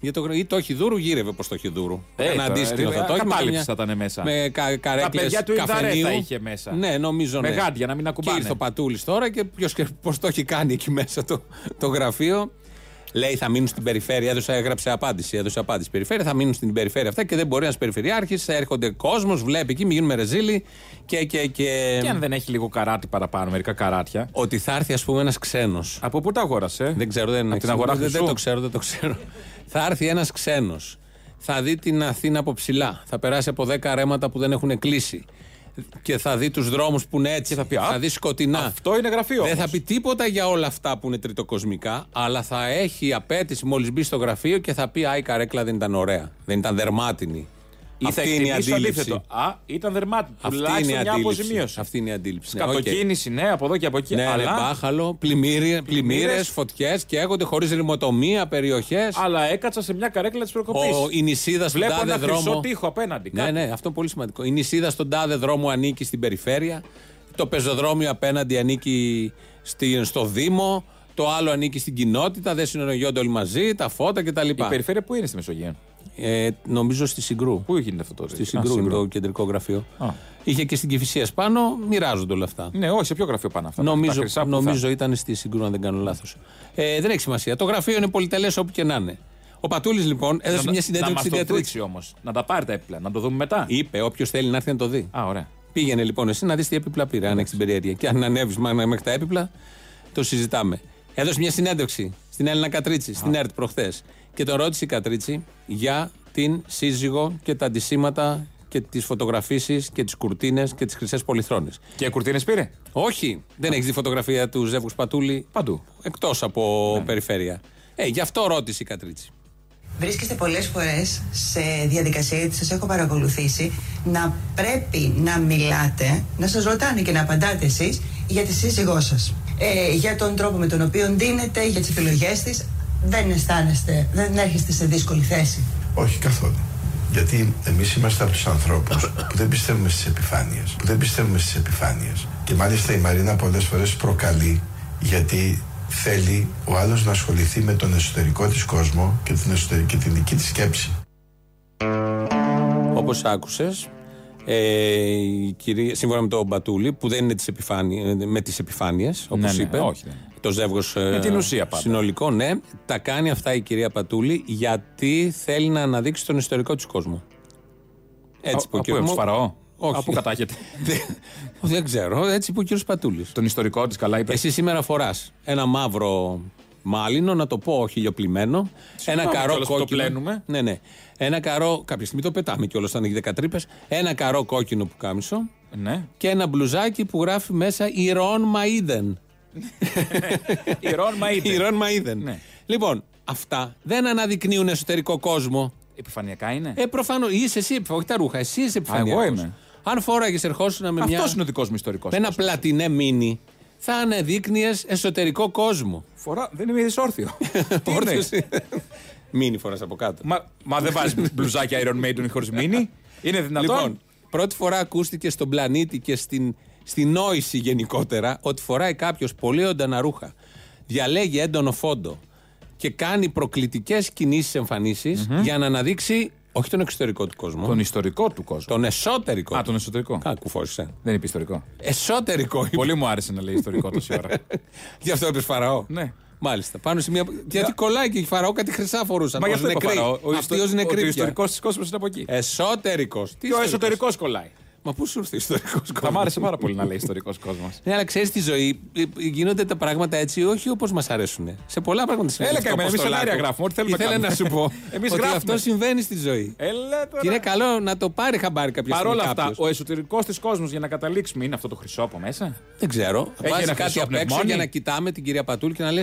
Speaker 3: Για το, γρα- ή το χιδούρου γύρευε προς το χιδούρου.
Speaker 4: Ε,
Speaker 3: Ένα
Speaker 4: τώρα,
Speaker 3: αντίστοιχο
Speaker 4: ρε,
Speaker 3: θα το είχε. με
Speaker 4: κατάληψη
Speaker 3: καμιά-
Speaker 4: θα ήταν μέσα.
Speaker 3: Με κα,
Speaker 4: Τα
Speaker 3: καρέκλες
Speaker 4: παιδιά του Ινδαρέτα
Speaker 3: καφενείου.
Speaker 4: είχε μέσα.
Speaker 3: Ναι, νομίζω.
Speaker 4: Με
Speaker 3: ναι.
Speaker 4: γάντια, να μην ακουμπάνε.
Speaker 3: Και ήρθε ο Πατούλης τώρα και ποιος και πώς το έχει κάνει εκεί μέσα το, το γραφείο. Λέει θα μείνουν στην περιφέρεια. Έδωσε, έγραψε απάντηση. Έδωσε απάντηση. Περιφέρεια θα μείνουν στην περιφέρεια αυτά και δεν μπορεί ένας περιφερειάρχης. Θα έρχονται κόσμος, βλέπει εκεί, μην γίνουμε ρεζίλοι. Και, και, και...
Speaker 4: Και αν δεν έχει λίγο καράτι παραπάνω, μερικά καράτια.
Speaker 3: Ότι θα έρθει, ας πούμε, ένας ξένος.
Speaker 4: Από πού τα αγόρασε.
Speaker 3: Δεν ξέρω, δεν
Speaker 4: Από την αγορά
Speaker 3: δεν, δεν
Speaker 4: χρυσού.
Speaker 3: το ξέρω, δεν το ξέρω. θα έρθει ένας ξένος. Θα δει την Αθήνα από ψηλά. Θα περάσει από 10 ρέματα που δεν έχουν κλείσει. Και θα δει τους δρόμους που είναι έτσι. θα, δει σκοτεινά. Αυτό
Speaker 4: είναι γραφείο.
Speaker 3: Δεν θα πει τίποτα για όλα αυτά που είναι τριτοκοσμικά, αλλά θα έχει απέτηση μόλις μπει στο γραφείο και θα πει Α, η καρέκλα δεν ήταν ωραία. Δεν ήταν δερμάτινη.
Speaker 4: Ή θα
Speaker 3: Αυτή είναι η
Speaker 4: εκτιμήσει το
Speaker 3: αντίληψη.
Speaker 4: αντίθετο. Α, ήταν δερμάτινο.
Speaker 3: Αυτή
Speaker 4: Τουλάχιστον
Speaker 3: είναι η
Speaker 4: μια
Speaker 3: αντίληψη.
Speaker 4: αποζημίωση.
Speaker 3: Αυτή είναι η αντίληψη. οκ.
Speaker 4: Κατοκίνηση, ναι, από εδώ και από εκεί.
Speaker 3: Ναι,
Speaker 4: αλλά...
Speaker 3: ρε, μπάχαλο, πλημμύρε, φωτιές και έγονται χωρίς ρημοτομία, περιοχές.
Speaker 4: Αλλά έκατσα σε μια καρέκλα της προκοπής.
Speaker 3: Ο- η νησίδα στον
Speaker 4: Βλέπω
Speaker 3: τάδε
Speaker 4: ένα χρυσό
Speaker 3: δρόμο.
Speaker 4: τοίχο απέναντι.
Speaker 3: Ναι,
Speaker 4: κάτι.
Speaker 3: ναι, αυτό πολύ σημαντικό. Η νησίδα στον τάδε δρόμο ανήκει στην περιφέρεια. Το πεζοδρόμιο απέναντι ανήκει στη- στο Δήμο. Το άλλο ανήκει στην κοινότητα. Δεν συνολογιόνται όλοι μαζί. Τα φώτα κτλ.
Speaker 4: Η περιφέρεια που είναι στη Μεσογείο.
Speaker 3: Ε, νομίζω στη Συγκρού.
Speaker 4: Πού γίνεται αυτό τώρα.
Speaker 3: Στη Συγκρού, είναι το κεντρικό γραφείο. Είχε και στην Κυφυσία πάνω, μοιράζονται όλα αυτά.
Speaker 4: Ναι, όχι, σε ποιο γραφείο πάνε αυτά. τα
Speaker 3: Νομίζω,
Speaker 4: χρυσά που
Speaker 3: νομίζω
Speaker 4: θα-
Speaker 3: ήταν στη Συγκρού, αν δεν κάνω λάθος. Ε, δεν έχει σημασία. Το γραφείο είναι πολυτελές όπου και να είναι. Ο Πατούλης λοιπόν έδωσε
Speaker 4: να-
Speaker 3: μια
Speaker 4: να
Speaker 3: συνέντευξη
Speaker 4: μας
Speaker 3: στην
Speaker 4: το
Speaker 3: Beatrix.
Speaker 4: δείξει όμως. Να τα πάρει τα έπιπλα, να το δούμε μετά.
Speaker 3: Είπε, όποιος θέλει να έρθει να το δει.
Speaker 4: Α, ωραία.
Speaker 3: Πήγαινε λοιπόν εσύ να δεις τι έπιπλα πήρε, αν έχει την περιέργεια. Και αν ανέβεις μέχρι τα έπιπλα, το συζητάμε. Έδωσε μια συνέντευξη στην Έλληνα Κατρίτσι, στην ΕΡΤ προχθές. Και τον ρώτησε η Κατρίτσι για την σύζυγο και τα αντισήματα και τις φωτογραφίσεις και τις κουρτίνες και τις χρυσές πολυθρόνες.
Speaker 4: Και κουρτίνες πήρε.
Speaker 3: Όχι, δεν έχεις δει φωτογραφία του Ζεύγου Πατούλη.
Speaker 4: Παντού. Ναι.
Speaker 3: Εκτός από περιφέρεια. Ε, γι' αυτό ρώτησε η Κατρίτσι.
Speaker 16: Βρίσκεστε πολλές φορές σε Ε, διαδικασία, γιατί σας έχω παρακολουθήσει, να πρέπει να μιλάτε, να σας ρωτάνε και να απαντάτε εσείς για τη σύζυγό σας. Ε, για τον τρόπο με τον οποίο ντύνετε, για τις επιλογές της. Δεν αισθάνεστε, δεν έρχεστε σε δύσκολη θέση.
Speaker 7: Όχι καθόλου. Γιατί εμείς είμαστε από τους ανθρώπους που δεν πιστεύουμε στις επιφάνειες. Που δεν πιστεύουμε στις επιφάνειες. Και μάλιστα η Μαρίνα πολλές φορές προκαλεί γιατί θέλει ο άλλος να ασχοληθεί με τον εσωτερικό της κόσμο και την, εσωτερική, και την δική της σκέψη.
Speaker 3: Όπως άκουσες, ε, σύμφωνα με τον Μπατούλη, που δεν είναι τις επιφάνει- ε, με τις επιφάνειες, όπως
Speaker 4: Ναι, ναι,
Speaker 3: είπε.
Speaker 4: όχι, ναι.
Speaker 3: Το ζεύγος ε,
Speaker 4: Με την ουσία πάντα.
Speaker 3: Συνολικό, ναι. Τα κάνει αυτά η κυρία Πατούλη γιατί θέλει να αναδείξει τον ιστορικό της κόσμο. Έτσι
Speaker 4: Α-
Speaker 3: που ο
Speaker 4: από
Speaker 3: κύριος
Speaker 4: Εύς
Speaker 3: μου-
Speaker 4: Φαραώ.
Speaker 3: Όχι.
Speaker 4: Από κατάγεται.
Speaker 3: Δεν- δεν ξέρω, έτσι που ο κύριος Πατούλης.
Speaker 4: Τον ιστορικό της, καλά είπε.
Speaker 3: Εσύ σήμερα φοράς ένα μαύρο μάλινο, να το πω χιλιοπλημμένο. Ένα
Speaker 4: Συγγνώμη
Speaker 3: καρό
Speaker 4: κιόλας που το
Speaker 3: κόκκινο.
Speaker 4: πλένουμε.
Speaker 3: Ναι, ναι. Ένα καρό. Κάποια στιγμή το πετάμε κιόλας όταν έχει δεκατρύπες. Ένα καρό κόκκινο που κάμισο.
Speaker 4: Ναι.
Speaker 3: Και ένα μπλουζάκι που γράφει μέσα Ιρών Μαΐδεν.
Speaker 4: Ιρών Μαΐδεν. Ναι.
Speaker 3: Ιρών Μαΐδεν. Λοιπόν, αυτά δεν αναδεικνύουν εσωτερικό κόσμο.
Speaker 4: Επιφανειακά είναι.
Speaker 3: Ε, προφανώς. Είσαι εσύ, επιφα- όχι τα ρούχα. Εσύ είσαι επιφανειακός.
Speaker 4: εγώ είμαι.
Speaker 3: Αν φόραγες, ερχόσουν με μια.
Speaker 4: Αυτό είναι ο δικός μου ιστορικός.
Speaker 3: Με ένα πλατινέ μίνι θα αναδείκνυες εσωτερικό κόσμο.
Speaker 4: Φορά, δεν είμαι όρθιο.
Speaker 3: Όρθιος είναι. Μίνι φοράς από κάτω.
Speaker 4: Μα, μα δεν βάζεις μπλουζάκια Iron Maiden χωρίς μίνι. Είναι δυνατόν.
Speaker 3: Λοιπόν, πρώτη φορά ακούστηκε στον πλανήτη και στην, στην νόηση γενικότερα ότι φοράει κάποιος πολύ οντανα ρούχα, διαλέγει έντονο φόντο και κάνει προκλητικές κινήσεις
Speaker 4: Μμμ.
Speaker 3: για να αναδείξει όχι τον εξωτερικό του κόσμο.
Speaker 4: Τον ιστορικό του κόσμο.
Speaker 3: Τον εσωτερικό.
Speaker 4: Α, τον εσωτερικό.
Speaker 3: Α, κουφώσισε.
Speaker 4: Δεν είπε ιστορικό.
Speaker 3: Εσωτερικό. είπε.
Speaker 4: Πολύ μου άρεσε να λέει ιστορικό τόση ώρα.
Speaker 3: Γι' αυτό είπες Φαραώ.
Speaker 4: Ναι.
Speaker 3: Μάλιστα. Πάνω σε μια. Γιατί κολλάει και η Φαραώ κάτι χρυσά φορούσαν.
Speaker 4: Μα γι'
Speaker 3: ως
Speaker 4: αυτό είπα
Speaker 3: νεκροί.
Speaker 4: Φαραώ. Ο
Speaker 3: Αυτοί
Speaker 4: ιστο-
Speaker 3: ως
Speaker 4: ο-
Speaker 3: νεκροί
Speaker 4: Ο
Speaker 3: πια.
Speaker 4: ιστορικός της κόσμο είναι από εκεί.
Speaker 3: Ε, Εσωτερικό.
Speaker 4: Και ο εσωτερικός κολλάει.
Speaker 3: Μα πού σου ήρθε ιστορικό κόσμο.
Speaker 4: Θα μ' άρεσε πάρα πολύ να λέει ιστορικός κόσμος.
Speaker 3: Ναι, αλλά ξέρεις τη ζωή. ε, ε, Γίνονται τα πράγματα έτσι, όχι όπως μας αρέσουν. Σε πολλά πράγματα συμβαίνουν.
Speaker 4: Έλα,
Speaker 3: στο
Speaker 4: καημένε, εμείς
Speaker 3: Αποστολάκο.
Speaker 4: σενάρια γράφουμε, ό,τι θέλουμε να
Speaker 3: Ήθελα να σου
Speaker 4: κάνουμε.
Speaker 3: πω.
Speaker 4: Εμείς
Speaker 3: ότι
Speaker 4: γράφουμε.
Speaker 3: αυτό συμβαίνει στη ζωή.
Speaker 4: Έλα τώρα.
Speaker 3: Και είναι καλό να το πάρει χαμπάρι κάποια
Speaker 4: Παρ'
Speaker 3: στιγμή.
Speaker 4: όλα αυτά,
Speaker 3: κάποιος.
Speaker 4: ο εσωτερικός της κόσμος για να καταλήξουμε είναι αυτό το χρυσό από μέσα.
Speaker 3: Δεν ξέρω.
Speaker 4: Έχει
Speaker 3: Βάζει
Speaker 4: ένα
Speaker 3: κάτι
Speaker 4: χρυσό
Speaker 3: απ' έξω
Speaker 4: πνευμόνι.
Speaker 3: για να κοιτάμε την κυρία Πατούλη και να λες: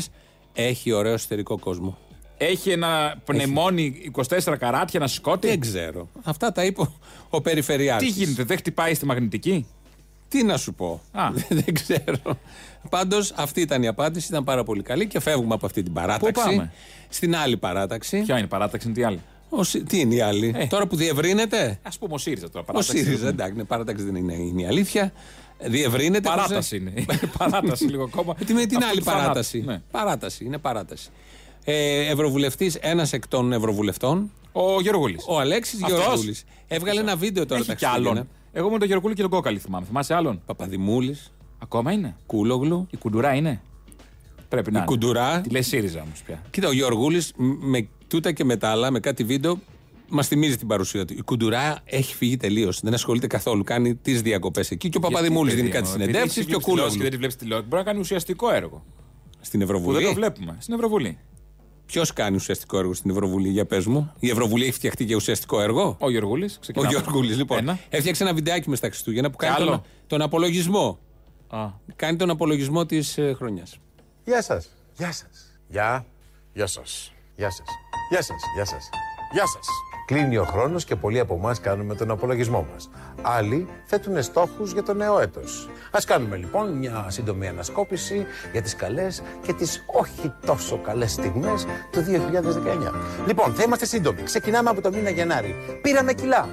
Speaker 3: Έχει ωραίο εσωτερικό κόσμο.
Speaker 4: Έχει ένα πνεμόνι 24 καράτια να σκότει.
Speaker 3: Δεν ξέρω. Αυτά τα είπε ο- ο Περιφερειάρχης.
Speaker 4: Τι γίνεται, δεν χτυπάει στη μαγνητική.
Speaker 3: Τι να σου πω.
Speaker 4: Α.
Speaker 3: Δεν ξέρω. Πάντως αυτή ήταν η απάντηση. Ήταν πάρα πολύ καλή και φεύγουμε από αυτή την παράταξη.
Speaker 4: Πού πάμε?
Speaker 3: Στην άλλη παράταξη.
Speaker 4: Ποια είναι η παράταξη, είναι τι άλλη.
Speaker 3: Ο Συ- Τι είναι η άλλη.
Speaker 4: Ε.
Speaker 3: Τώρα που διευρύνεται.
Speaker 4: Ας πούμε, ο ΣΥΡΙΖΑ τώρα.
Speaker 3: Ο
Speaker 4: παράταξη.
Speaker 3: ΣΥΡΙΖΑ, εντάξει, ναι, παράταξη δεν είναι, είναι η αλήθεια. Διευρύνεται.
Speaker 4: Παράταση είναι. παράταση λίγο ακόμα.
Speaker 3: Τι με την
Speaker 4: Αυτό
Speaker 3: άλλη
Speaker 4: του θανάτου.
Speaker 3: παράταση.
Speaker 4: Ναι.
Speaker 3: Παράταση, είναι παράταση. Ε, Ευρωβουλευτής, ένας εκ των Ευρωβουλευτών,
Speaker 4: Ο Γεωργούλης.
Speaker 3: ο Αλέξης
Speaker 4: Αυτός?
Speaker 3: Γεωργούλης. Έβγαλε ένα βίντεο τώρα ναι.
Speaker 4: Έχει κι άλλον. Εγώ με τον Γεωργούλη και τον Κόκαλη θυμάμαι. Θυμάσαι άλλον.
Speaker 3: Παπαδημούλης,
Speaker 4: Ακόμα είναι.
Speaker 3: Κούλογλου.
Speaker 4: Η κουντουρά είναι. Πρέπει να.
Speaker 3: Η
Speaker 4: είναι.
Speaker 3: Κουντουρά.
Speaker 4: Τη λέει ΣΥΡΙΖΑ όμως πια.
Speaker 3: Κοίτα, ο Γιώργουλη με τούτα και με τα άλλα, με κάτι βίντεο, μας θυμίζει την παρουσία του. Η Κουντουρά έχει φύγει τελείως. Δεν ασχολείται καθόλου. Κάνει τις διακοπές εκεί. Και ο Παπαδημούλης δίνει κάτι συνεντεύξει και ο Κούλογλου.
Speaker 4: Και δεν τη ε, βλέπει τηλεόραση. Μπορεί να κάνει ουσιαστικό έργο.
Speaker 3: Στην
Speaker 4: Που δεν το
Speaker 3: Ευρωβουλή.
Speaker 4: βλέπουμε. Στην Ευρωβουλή.
Speaker 3: Ποιος κάνει ουσιαστικό έργο στην Ευρωβουλή, για πες μου. Η Ευρωβουλή έχει φτιαχτεί για ουσιαστικό έργο.
Speaker 4: Ο Γεωργούλης.
Speaker 3: Ο Γιώργουλη, λοιπόν.
Speaker 4: Ένα.
Speaker 3: Έφτιαξε ένα βιντεάκι μες στα Χριστούγεννα που κάνει
Speaker 4: άλλο.
Speaker 3: τον, τον απολογισμό.
Speaker 4: Α.
Speaker 3: Κάνει τον απολογισμό της ε, χρονιάς.
Speaker 17: Γεια σας. Γεια σας. Γεια. Γεια σας. Γεια σας. Γεια σας. Γεια σας. Γεια σας. Κλείνει ο χρόνος και πολλοί από εμάς κάνουμε τον απολογισμό μας. Άλλοι θέτουν στόχους για το νέο έτος. Ας κάνουμε λοιπόν μια σύντομη ανασκόπηση για τις καλές και τις όχι τόσο καλές στιγμές του 2019. Λοιπόν, θα είμαστε σύντομοι. Ξεκινάμε από το μήνα Γενάρη. Πήραμε κιλά.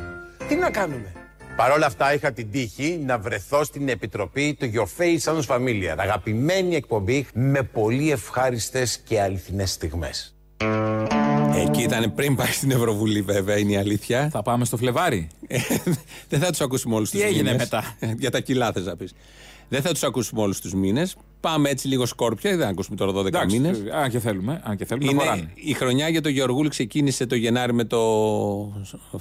Speaker 17: Τι να κάνουμε. Παρ' όλα αυτά είχα την τύχη να βρεθώ στην επιτροπή του Your Face Sounds Familiar, αγαπημένη εκπομπή με πολύ ευχάριστες και αληθινές στιγμές.
Speaker 3: Εκεί ήταν πριν πάει στην Ευρωβουλή, βέβαια, είναι η αλήθεια.
Speaker 4: Θα πάμε στο Φλεβάρι.
Speaker 3: Ε, δεν θα τους ακούσουμε όλους του
Speaker 4: Τι
Speaker 3: μήνε.
Speaker 4: έγινε μετά?
Speaker 3: Για τα κιλά θες να πεις. Δεν θα τους ακούσουμε όλους τους μήνες. Πάμε έτσι λίγο σκόρπια, δεν θα ακούσουμε τώρα 12
Speaker 4: Εντάξει,
Speaker 3: μήνες.
Speaker 4: ε, Αν και θέλουμε. Αν και θέλουμε. να
Speaker 3: Είναι
Speaker 4: χωράνε.
Speaker 3: η χρονιά για τον Γεωργούλη ξεκίνησε το Γενάρη με το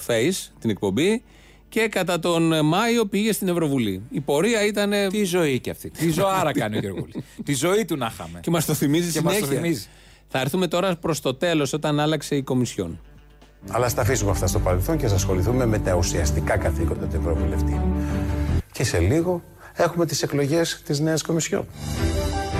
Speaker 3: Face, την εκπομπή. Και κατά τον Μάιο πήγε στην Ευρωβουλή. Η πορεία ήταν.
Speaker 4: Τι ζωή και αυτή. Τι ζωάρα κάνει ο Γεωργούλης. Τη ζωή του να είχαμε.
Speaker 3: Και μας το θυμίζει
Speaker 4: Και μας το
Speaker 3: συνέχεια.
Speaker 4: θυμίζει.
Speaker 3: Θα έρθουμε τώρα προς το τέλος, όταν άλλαξε η Κομισιόν.
Speaker 17: Αλλά στα αφήσουμε αυτά στο παρελθόν και ας ασχοληθούμε με τα ουσιαστικά καθήκοντα του Ευρωβουλευτή. Και σε λίγο έχουμε τις εκλογές της νέας Κομισιόν.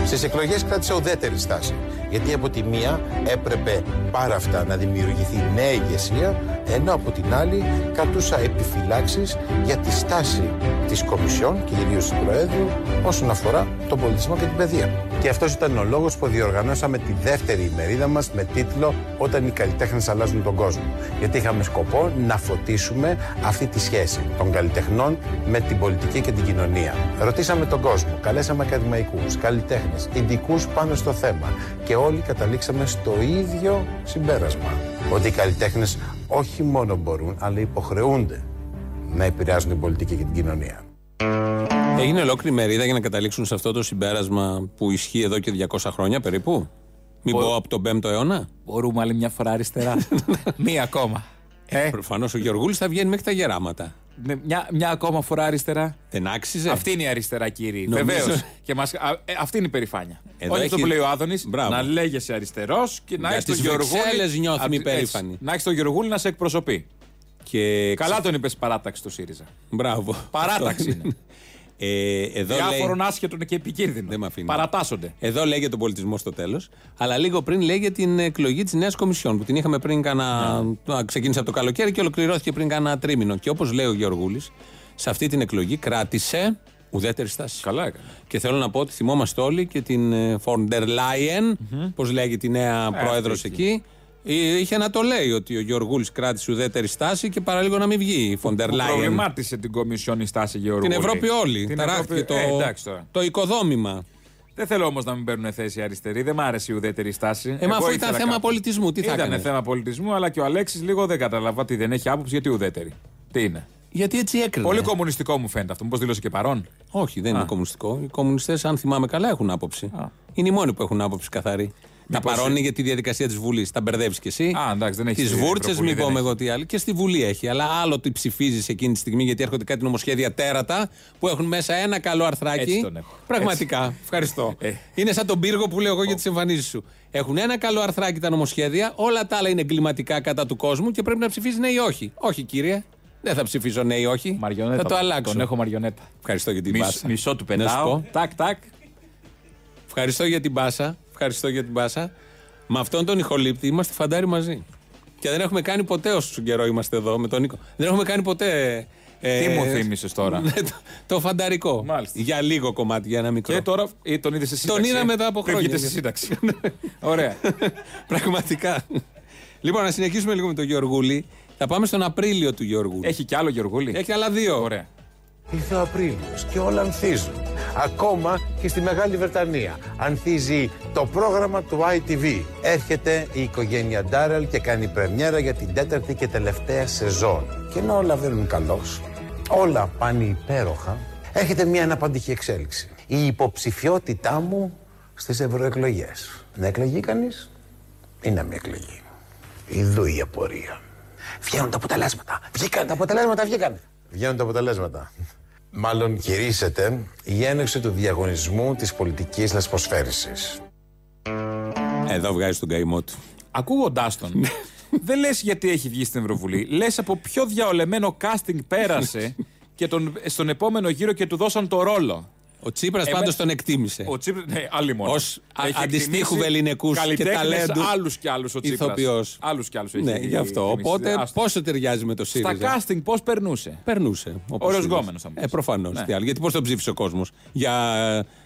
Speaker 17: Στις εκλογές κράτησε ουδέτερη στάση. Γιατί από τη μία έπρεπε πάρα αυτά να δημιουργηθεί νέα ηγεσία, ενώ από την άλλη κρατούσα επιφυλάξεις για τη στάση της Κομισιόν και ιδίως του Προέδρου όσον αφορά τον πολιτισμό και την παιδεία. Και αυτός ήταν ο λόγος που διοργανώσαμε τη δεύτερη ημερίδα μας με τίτλο «Όταν οι καλλιτέχνες αλλάζουν τον κόσμο». Γιατί είχαμε σκοπό να φωτίσουμε αυτή τη σχέση των καλλιτεχνών με την πολιτική και την κοινωνία. Ρωτήσαμε τον κόσμο, καλέσαμε ακαδημαϊκούς, καλλιτέχνες, ειδικούς πάνω στο θέμα και όλοι καταλήξαμε στο ίδιο συμπέρασμα. Ότι οι καλλιτέχνες όχι μόνο μπορούν, αλλά υποχρεούνται να επηρεάζουν την πολιτική και την κοινωνία.
Speaker 3: Έγινε Ε, ολόκληρη μερίδα για να καταλήξουν σε αυτό το συμπέρασμα που ισχύει εδώ και 200 χρόνια περίπου. Μην πω από τον 5ο αιώνα.
Speaker 4: Μπορούμε άλλη μια φορά αριστερά. Μία ακόμα. Ε,
Speaker 3: Προφανώς ο Γεωργούλης θα βγαίνει μέχρι τα γεράματα.
Speaker 4: με Ναι, μια, μια ακόμα φορά αριστερά.
Speaker 3: Δεν άξιζε.
Speaker 4: Αυτή είναι η αριστερά, κύριε.
Speaker 3: Ναι. Νομίζω-
Speaker 4: Βεβαίως. Και μας... α, ε, αυτή είναι η περηφάνεια.
Speaker 3: Εδώ
Speaker 4: Όχι
Speaker 3: έχει-
Speaker 4: αυτό που λέει ο Άδωνης.
Speaker 3: Μπράβο.
Speaker 4: Να λέγεσαι αριστερός και να
Speaker 3: Για
Speaker 4: έχεις τον
Speaker 3: τις Βρυξέλλες
Speaker 4: Γεωργούλη.
Speaker 3: νιώθουμε
Speaker 4: Απ' τη- έτσι.
Speaker 3: υπερήφανοι.
Speaker 4: Να έχεις τον Γεωργούλη να σε εκπροσωπεί.
Speaker 3: Και...
Speaker 4: Καλά τον είπες παράταξη του ΣΥΡΙΖΑ.
Speaker 3: Μπράβο.
Speaker 4: Παράταξη
Speaker 3: Αυτό
Speaker 4: είναι.
Speaker 3: Ε, εδώ, λέει,
Speaker 4: Διάφορων άσχετων και επικίνδυνων.
Speaker 3: Δεν μ' αφήνει.
Speaker 4: Παρατάσσονται.
Speaker 3: εδώ λέγεται τον πολιτισμός στο τέλος, αλλά λίγο πριν λέγεται την εκλογή της Νέας Κομισιόν που την είχαμε πριν κάνα.
Speaker 4: Ναι.
Speaker 3: α, Ξεκίνησε από το καλοκαίρι και ολοκληρώθηκε πριν κάνα τρίμηνο. Και όπως λέει ο Γεωργούλης, σε αυτή την εκλογή κράτησε Ουδέτερη στάση. Καλά έκανε. Και θέλω να πω ότι θυμόμαστε όλοι και την ε, Φόρντερ Λάιεν, πώς λέγεται η
Speaker 4: Ε,
Speaker 3: νέα πρόεδρο εκεί. Ε, Είχε να το λέει ότι ο Γιώργουλη κράτησε ουδέτερη στάση και παραλίγο να μην βγει η Φόντερ
Speaker 4: Που
Speaker 3: Λάιεν.
Speaker 4: Προβλημάτισε την Κομισιόν η στάση Γεωργούλη.
Speaker 3: Την Ευρώπη όλη.
Speaker 4: Την
Speaker 3: Ταράχτηκε
Speaker 4: Ευρώπη-
Speaker 3: το,
Speaker 4: Ε, εντάξει τώρα.
Speaker 3: το οικοδόμημα.
Speaker 4: Δεν θέλω όμως να μην παίρνουν θέση αριστεροί. Δεν μ' άρεσε η ουδέτερη στάση.
Speaker 3: Ε, μα αφού
Speaker 4: Εγώ
Speaker 3: ήταν
Speaker 4: ήθελα
Speaker 3: θέμα
Speaker 4: κάπου.
Speaker 3: πολιτισμού, τι θα
Speaker 4: Ήταν
Speaker 3: έκανες?
Speaker 4: θέμα πολιτισμού, αλλά και ο Αλέξης λίγο δεν καταλαβα ότι δεν έχει άποψη γιατί ουδέτερη. Τι είναι.
Speaker 3: Γιατί έτσι έκρινε.
Speaker 4: Πολύ κομμουνιστικό μου φαίνεται αυτό. Μήπως δήλωσε και παρόν.
Speaker 3: Όχι, δεν
Speaker 4: Α.
Speaker 3: είναι κομμουνιστικό. Οι κομμουνιστές, αν θυμάμαι καλά, έχουν άποψη. Είναι οι μόνοι που έχουν άποψη καθαρή. Τα
Speaker 4: Μήπως-
Speaker 3: παρώνει για τη διαδικασία της Βουλής. Τα μπερδεύεις κι εσύ.
Speaker 4: Α, εντάξει, δεν έχει
Speaker 3: Τις
Speaker 4: στη
Speaker 3: βούρτσε,
Speaker 4: Ευρωβουλή,
Speaker 3: μην
Speaker 4: δεν
Speaker 3: πούμε
Speaker 4: έχει.
Speaker 3: εγώ τι άλλο. Και στη Βουλή έχει. Αλλά άλλο ότι ψηφίζεις εκείνη τη στιγμή γιατί έρχονται κάτι νομοσχέδια τέρατα που έχουν μέσα ένα καλό αρθράκι.
Speaker 4: Έτσι τον έχω. Ε.
Speaker 3: Πραγματικά. Ευχαριστώ. Είναι σαν τον πύργο που λέω εγώ για τις εμφανίσεις σου. Έχουν ένα καλό αρθράκι τα νομοσχέδια, όλα τα άλλα είναι εγκληματικά κατά του κόσμου και πρέπει να ψηφίζεις ναι ή όχι. Όχι, κύριε. Δεν θα ψηφίσω ναι ή όχι. θα το αλλάξω.
Speaker 4: Τον έχω μαριονέτα.
Speaker 3: Ευχαριστώ για την
Speaker 4: Μισ-
Speaker 3: πάσα.
Speaker 4: μισό του
Speaker 3: Να σου
Speaker 4: πετάω.
Speaker 3: πω.
Speaker 4: Τάκ, τάκ.
Speaker 3: Ευχαριστώ για την πάσα. Ευχαριστώ για την πάσα. Με αυτόν τον ηχολήπτη είμαστε φαντάρι μαζί. Και δεν έχουμε κάνει ποτέ όσο καιρό είμαστε εδώ με τον Νίκο. Δεν έχουμε κάνει ποτέ. ε,
Speaker 4: Τι μου θύμισες τώρα?
Speaker 3: ναι, το, το φανταρικό. Για λίγο κομμάτι, για ένα μικρό.
Speaker 4: Και τώρα ε, τον είδες σε σύνταξη.
Speaker 3: Τον είδα
Speaker 4: ε.
Speaker 3: μετά από
Speaker 4: Πριν
Speaker 3: χρόνια.
Speaker 4: βγείτε σε σύνταξη. Ωραία.
Speaker 3: Πραγματικά. Λοιπόν, να συνεχίσουμε λίγο με τον Γεωργούλη. Θα πάμε στον Απρίλιο του Γεωργούλη. Έχει
Speaker 4: κι άλλο Γεωργούλη.
Speaker 3: Έχει άλλα δύο. Ωραία.
Speaker 17: Ήρθε ο Απρίλιος και όλα ανθίζουν. Ακόμα και στη Μεγάλη Βρετανία. Ανθίζει το πρόγραμμα του ITV. Έρχεται η οικογένεια Ντάρελ και κάνει πρεμιέρα για την τέταρτη και τελευταία σεζόν. Και ενώ όλα βαίνουν καλώς, όλα πάνε υπέροχα, έρχεται μια αναπαντική εξέλιξη. Η υποψηφιότητά μου στις ευρωεκλογές. Να εκλεγεί κανείς ή να μην εκλεγεί. Ιδού η απορία. Βγαίνουν τα αποτελέσματα. Βγήκαν τα αποτελέσματα, βγήκαν. Βγαίνουν τα αποτελέσματα. Μάλλον κηρύσσεται η έναρξη του διαγωνισμού της πολιτικής λασποσφαίρησης.
Speaker 3: Εδώ βγάζει τον καημό του.
Speaker 4: Ακούγοντάς τον, Ναι. δεν λες γιατί έχει βγει στην Ευρωβουλή. Λες από ποιο διαολεμένο casting πέρασε και τον, στον επόμενο γύρο και του δώσαν το ρόλο.
Speaker 3: Ο Τσίπρας πάντω τον εκτίμησε.
Speaker 4: Ο Τσίπρας, ναι, άλλη μόνο.
Speaker 3: Ως Ε, αντιστοίχου ελληνικού και ταλέντου.
Speaker 4: Άλλους κι άλλους ο Τσίπρας.
Speaker 3: Ηθοποιός.
Speaker 4: Άλλους κι άλλους.
Speaker 3: Ναι, γι' αυτό. Οπότε πόσο ταιριάζει με το
Speaker 4: Στα
Speaker 3: ΣΥΡΙΖΑ.
Speaker 4: casting πώς περνούσε.
Speaker 3: Περνούσε. όπως
Speaker 4: Ωραίος
Speaker 3: είδες.
Speaker 4: γκόμενος θα μου πεις.
Speaker 3: Ε, προφανώς.
Speaker 4: Ναι.
Speaker 3: Γιατί πώς τον ψήφισε ο κόσμος. Για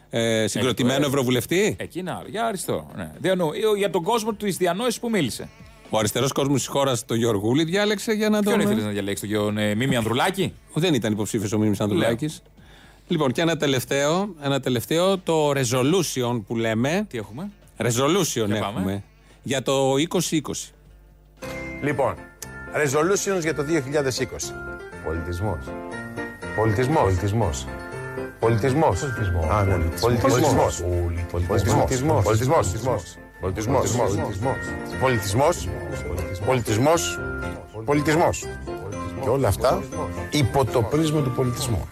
Speaker 3: ε, συγκροτημένο
Speaker 4: Ε,
Speaker 3: ευρωβουλευτή.
Speaker 4: Εκεί είναι άλλο. Για αριστό. Ναι. Διανοώ. Ε, Για τον κόσμο της διανόησης που μίλησε.
Speaker 3: Ο αριστερός κόσμος της χώρας, τον Γεωργούλη, διάλεξε για να τον.
Speaker 4: Ποιον ήθελες να διαλέξεις, τον Γιον, ε, Μίμη Ανδρουλάκη.
Speaker 3: Δεν ήταν υποψήφιος ο Μίμης Ανδρουλάκης. Λοιπόν, και ένα τελευταίο, ένα τελευταίο, το resolution που λέμε. Τι
Speaker 4: έχουμε?
Speaker 3: Resolution έχουμε. Για το 2020.
Speaker 17: Λοιπόν, resolutions για το 2020. Πολιτισμός. Πολιτισμός. Πολιτισμός. Πολιτισμός. Α, ναι. Πολιτισμός. Πολιτισμός. Πολιτισμός. Πολιτισμός. Πολιτισμός. Πολιτισμός. Πολιτισμός. Και όλα αυτά υπό το πρίσμα του πολιτισμού.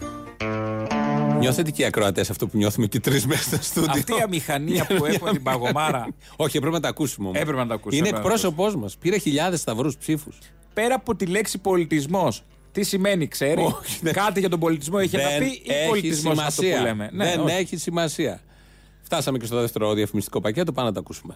Speaker 3: Νιώθετε και οι ακροατές αυτό που νιώθουμε και οι τρεις μέσα στο στούντιο.
Speaker 4: Αυτή η αμηχανία που έχουμε την παγωμάρα.
Speaker 3: Όχι, έπρεπε να τα ακούσουμε. όμως.
Speaker 4: Έπρεπε να τα ακούσουμε,
Speaker 3: Είναι
Speaker 4: έπρεπε να τα
Speaker 3: εκπρόσωπός μας. Πήρε χιλιάδες σταυρούς ψήφους.
Speaker 4: Πέρα από τη λέξη πολιτισμός, τι σημαίνει, ξέρει. Κάτι για τον πολιτισμό είχε να πει ή πολιτισμό αυτό που λέμε. Ναι,
Speaker 3: Δεν
Speaker 4: όχι.
Speaker 3: έχει σημασία. Φτάσαμε και στο δεύτερο διαφημιστικό πακέτο. Πάμε να τα ακούσουμε.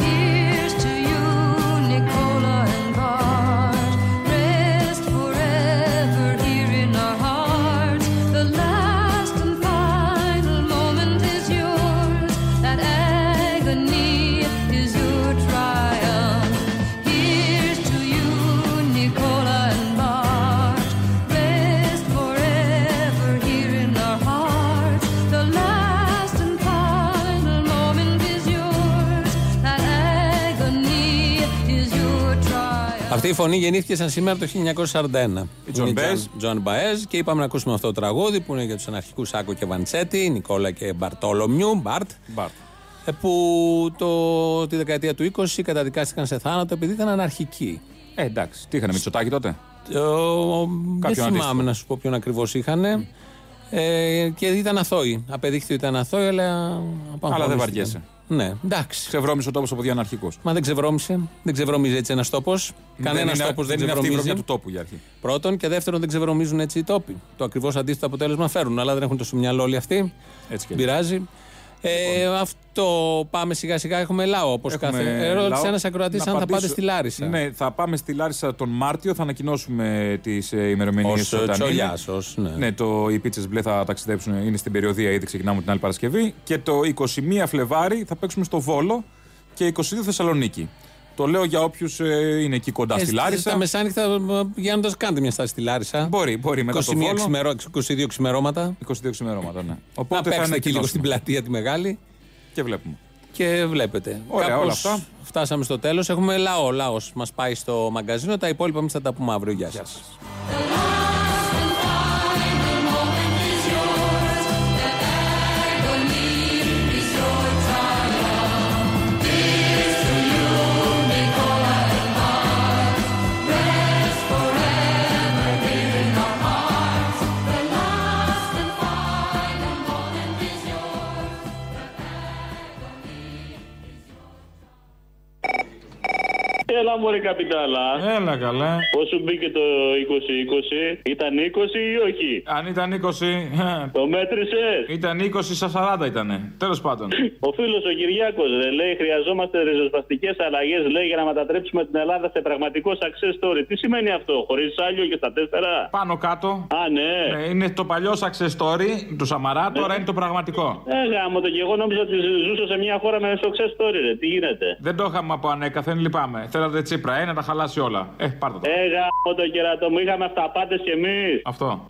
Speaker 18: Here's to you, Nicola and Bart. Rest forever here in our hearts. The last and final moment is yours. That agony is your triumph. Here's to you, Nicola and Bart. Rest forever here in our hearts. The last and final moment is yours. That agony is your trial.
Speaker 3: Αυτή η φωνή γεννήθηκε σαν σήμερα το 1941.
Speaker 4: Η Τζον
Speaker 3: Είναι
Speaker 4: Μπαέζ.
Speaker 3: Τζον Μπαέζ και είπαμε να ακούσουμε αυτό το τραγούδι που είναι για τους αναρχικούς Άκο και Βαντσέτη, Νικόλα και Μπαρτόλομιου, Μπαρτ, ε, που το, τη δεκαετία του 20 καταδικάστηκαν σε θάνατο επειδή ήταν αναρχικοί.
Speaker 4: Ε, εντάξει. Τι είχαν Μητσοτάκη τότε.
Speaker 3: Ε, ο- δεν
Speaker 4: Κάποιον
Speaker 3: θυμάμαι
Speaker 4: αντίστοιχο.
Speaker 3: να σου πω ποιον ακριβώς είχαν. Ε, και ήταν αθώοι. Απεδείχθη ότι ήταν αθώοι, αλλά.
Speaker 4: Αλλά δεν
Speaker 3: απαγχωνίστηκαν.
Speaker 4: βαριέσαι.
Speaker 3: Ναι, εντάξει.
Speaker 4: Ξεβρώμισε ο τόπος από διαναρχικό.
Speaker 3: Μα δεν ξεβρώμισε. Δεν ξεβρωμίζει έτσι ένας τόπος. Κανένα τόπος δεν,
Speaker 4: είναι αυτή η
Speaker 3: ξεβρωμίζει.
Speaker 4: βρωμιά του τόπου για αρχή.
Speaker 3: Πρώτον και δεύτερον δεν ξεβρωμίζουν έτσι οι τόποι. Το ακριβώς αντίθετο αποτέλεσμα φέρουν, αλλά δεν έχουν το στο μυαλό όλοι αυτοί.
Speaker 4: Έτσι και Λοιπόν.
Speaker 3: Πειράζει. Ε, αυτό πάμε σιγά σιγά. Έχουμε λαό όπως κάθε. Ε, Ρώτησε ένας ακροατής αν θα πάτε στη Λάρισα.
Speaker 4: Ναι, θα πάμε στη Λάρισα τον Μάρτιο, θα ανακοινώσουμε τις ε, ημερομηνίες.
Speaker 3: Ως, ε, Τσολιάς, ως, ναι.
Speaker 4: ναι, το, οι πίτσες μπλε θα ταξιδέψουν, είναι στην περιοδία ήδη, ξεκινάμε την άλλη Παρασκευή. Και το 21 Φλεβάρι θα παίξουμε στο Βόλο και 22 Θεσσαλονίκη. Το λέω για όποιους είναι εκεί κοντά
Speaker 3: Ε,
Speaker 4: στη
Speaker 3: Τα
Speaker 4: Λάρισα.
Speaker 3: μεσάνυχτα πηγαίνοντα, κάντε μια στάση στη Λάρισα.
Speaker 4: Μπορεί, μπορεί μετά το
Speaker 3: 21
Speaker 4: Βόλο.
Speaker 3: ξημερώ- 22 ξημερώματα.
Speaker 4: 22 ξημερώματα, ναι.
Speaker 3: Να
Speaker 4: Οπότε θα
Speaker 3: παίξετε εκεί λίγο
Speaker 4: ανακοινώσουμε.
Speaker 3: στην πλατεία τη μεγάλη.
Speaker 4: Και βλέπουμε.
Speaker 3: Και βλέπετε.
Speaker 4: Ωραία, όλα αυτά.
Speaker 3: Φτάσαμε στο τέλος. Έχουμε λαό. Λαός μας πάει στο μαγκαζίνο. Τα υπόλοιπα εμείς θα τα πούμε αύριο. Γεια σας.
Speaker 19: Έλα μωρέ καπιτάλα.
Speaker 4: Έλα καλά.
Speaker 19: Όσο μπήκε το 2020, ήταν 20 ή όχι.
Speaker 4: Αν ήταν 20.
Speaker 19: Το μέτρησες.
Speaker 4: Ήταν 20 στα 40 ήταν. Τέλος πάντων.
Speaker 19: Ο φίλος ο Κυριάκος λέει: Χρειαζόμαστε ριζοσπαστικές αλλαγές λέει, για να μετατρέψουμε την Ελλάδα σε πραγματικό success story. Τι σημαίνει αυτό, χωρίς άλιο και στα τέσσερα.
Speaker 4: Πάνω κάτω.
Speaker 19: Α, ναι.
Speaker 4: Ε, είναι το παλιό success story του Σαμαρά, τώρα είναι το πραγματικό.
Speaker 19: Ε, γάμο το και εγώ νόμιζα ότι ζούσα σε μια χώρα με success story, ρε. Τι γίνεται.
Speaker 4: Δεν το είχαμε από ανέκαθεν, λυπάμαι. Θέλατε τσίπρα, ε, να τα χαλάσει όλα. Ε, πάρτε το.
Speaker 19: Ε, γάμο το κερατό μου, είχαμε αυταπάτες κι εμείς.
Speaker 4: Αυτό.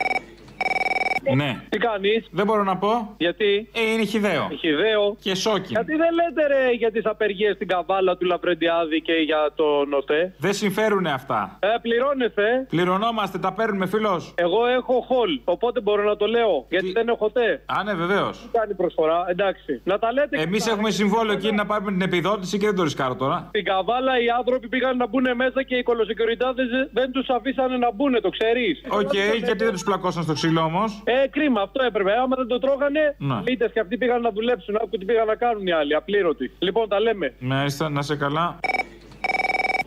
Speaker 4: Ναι.
Speaker 20: Τι κάνεις.
Speaker 4: Δεν μπορώ να πω.
Speaker 20: Γιατί.
Speaker 4: Ε, είναι χιδαίο.
Speaker 20: Χιδαίο.
Speaker 4: Και σόκι.
Speaker 20: Γιατί δεν λέτε ρε για τις απεργίες στην καβάλα του Λαβρεντιάδη και για τον ΟΤΕ.
Speaker 4: Δεν συμφέρουνε αυτά.
Speaker 20: Ε, πληρώνεσαι.
Speaker 4: Πληρωνόμαστε, τα παίρνουμε, φίλος.
Speaker 20: Εγώ έχω χολ, οπότε μπορώ να το λέω. Γιατί δεν έχω τε.
Speaker 4: Α, ναι, βεβαίως.
Speaker 20: Κάνει προσφορά, εντάξει. Να τα λέτε.
Speaker 4: Εμεί έχουμε συμβόλαιο εκεί να πάρουμε την επιδότηση και δεν το ρισκάρω τώρα.
Speaker 20: Στην καβάλα οι άνθρωποι πήγαν να μπουν μέσα και οι κολοσυκοριτάδε δεν τους αφήσανε να μπουν, το ξέρεις.
Speaker 4: Οκ, γιατί δεν τους πλακώσαν στο ξύλο όμως.
Speaker 20: Ε, κρίμα, αυτό έπρεπε. Άμα δεν το τρώγανε,
Speaker 4: Ναι.
Speaker 20: είτε και αυτοί πήγαν να δουλέψουν. Άκου τι πήγαν να κάνουν οι άλλοι, απλήρωτοι. Λοιπόν, τα λέμε.
Speaker 4: Ναι, είστε, να σε καλά.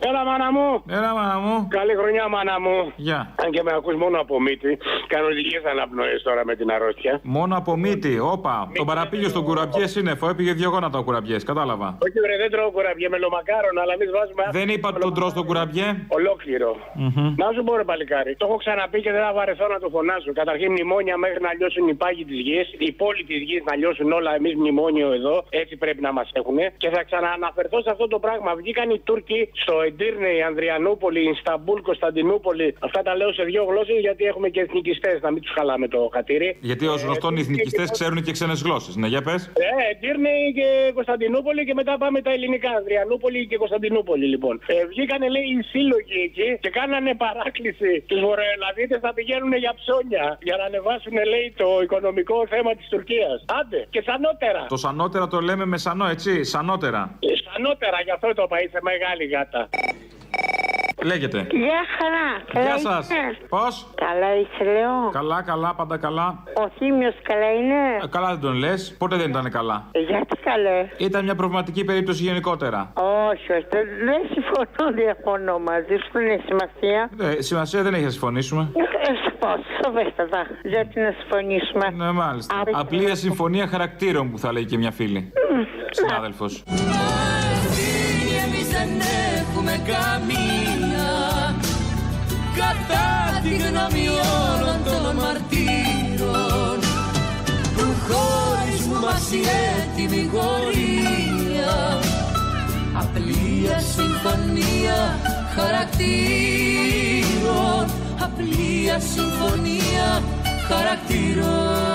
Speaker 21: Έλα, μάνα μου.
Speaker 4: Έλα, μάνα μου.
Speaker 21: Καλή χρονιά, μάνα μου.
Speaker 4: Γεια.
Speaker 21: Αν και με ακούς μόνο από μύτη, κανονικές αναπνοές τώρα με την αρρώστια.
Speaker 4: Μόνο από μύτη, όπα. Τον παραπήγες στον κουραμπιέ σύννεφο, έπηγε δύο γόνατα ο κουραμπιές, κατάλαβα.
Speaker 21: Όχι, βρε, δεν τρώω κουραμπιέ με λομακάρονα, αλλά εμείς βάζουμε
Speaker 4: Δεν είπα τον τρώ τον κουραμπιέ.
Speaker 21: ολόκληρο.
Speaker 4: Μμμ.
Speaker 21: Να σου πω, ρε παλικάρι. Το έχω ξαναπεί και δεν θα βαρεθώ να το φωνάσω. Καταρχήν, μνημόνια μέχρι να λιώσουν οι πάγοι της γης, η πόλη της γης να λιώσουν όλα. Εμείς μνημόνιο εδώ, έτσι πρέπει να μας έχουν. Και θα ξανααναφερθώ σε αυτό το πράγμα. Βγήκαν οι Τούρκοι στο Εντύρνε, η Ανδριανούπολη, η Ισταμπούλ, Κωνσταντινούπολη. Αυτά τα λέω σε δύο γλώσσες γιατί έχουμε και εθνικιστές, να μην τους χαλάμε το χατήρι.
Speaker 4: Γιατί ω γνωστόν οι εθνικιστέ ξέρουν και ξένες γλώσσες. Ναι, για πες.
Speaker 21: Ε, Τύρνε και Κωνσταντινούπολη και μετά πάμε τα ελληνικά. Ανδριανούπολη και Κωνσταντινούπολη λοιπόν. Ε, βγήκανε λέει οι σύλλογοι εκεί και κάνανε παράκληση τους Βορειοελλαδίτες να πηγαίνουν για ψώνια για να ανεβάσουν λέει το οικονομικό θέμα της Τουρκίας. Άντε και σανότερα.
Speaker 4: Το σανότερα το λέμε με σανό, έτσι. Σανότερα.
Speaker 21: Ε, Σανότερα γι' αυτό το είπα, είσαι μεγάλη γάτα.
Speaker 4: Λέγεται.
Speaker 22: Γεια χαρά.
Speaker 4: Γεια
Speaker 22: Καλά
Speaker 4: σας.
Speaker 22: είστε?
Speaker 4: Πώς.
Speaker 22: Καλά είσαι, λέω.
Speaker 4: Καλά, καλά, πάντα καλά.
Speaker 22: Ο θύμιο καλά είναι.
Speaker 4: Ε, Καλά δεν τον λες. Πότε δεν ήταν καλά.
Speaker 22: Γιατί καλέ.
Speaker 4: Ήταν μια προβληματική περίπτωση γενικότερα.
Speaker 22: Όχι, όχι. Δεν δεν συμφωνώ, διαφωνώ μαζί σου. Είναι σημασία.
Speaker 4: Ε, σημασία δεν έχει να συμφωνήσουμε.
Speaker 22: Ε, σου πω, σοβέστατα. Γιατί να συμφωνήσουμε.
Speaker 4: Ναι, μάλιστα.
Speaker 22: Α,
Speaker 4: Απλή ασυμφωνία χαρακτήρων που θα λέει και μια φίλη. Συνάδελφο.
Speaker 18: Φίλοι εμείς δεν έχουμε καμία Κατά τη γνώμη όλων των μαρτύρων Που χωρισμού μας η έτοιμη γορία Απλή ασυμφωνία χαρακτήρων Απλή ασυμφωνία χαρακτήρων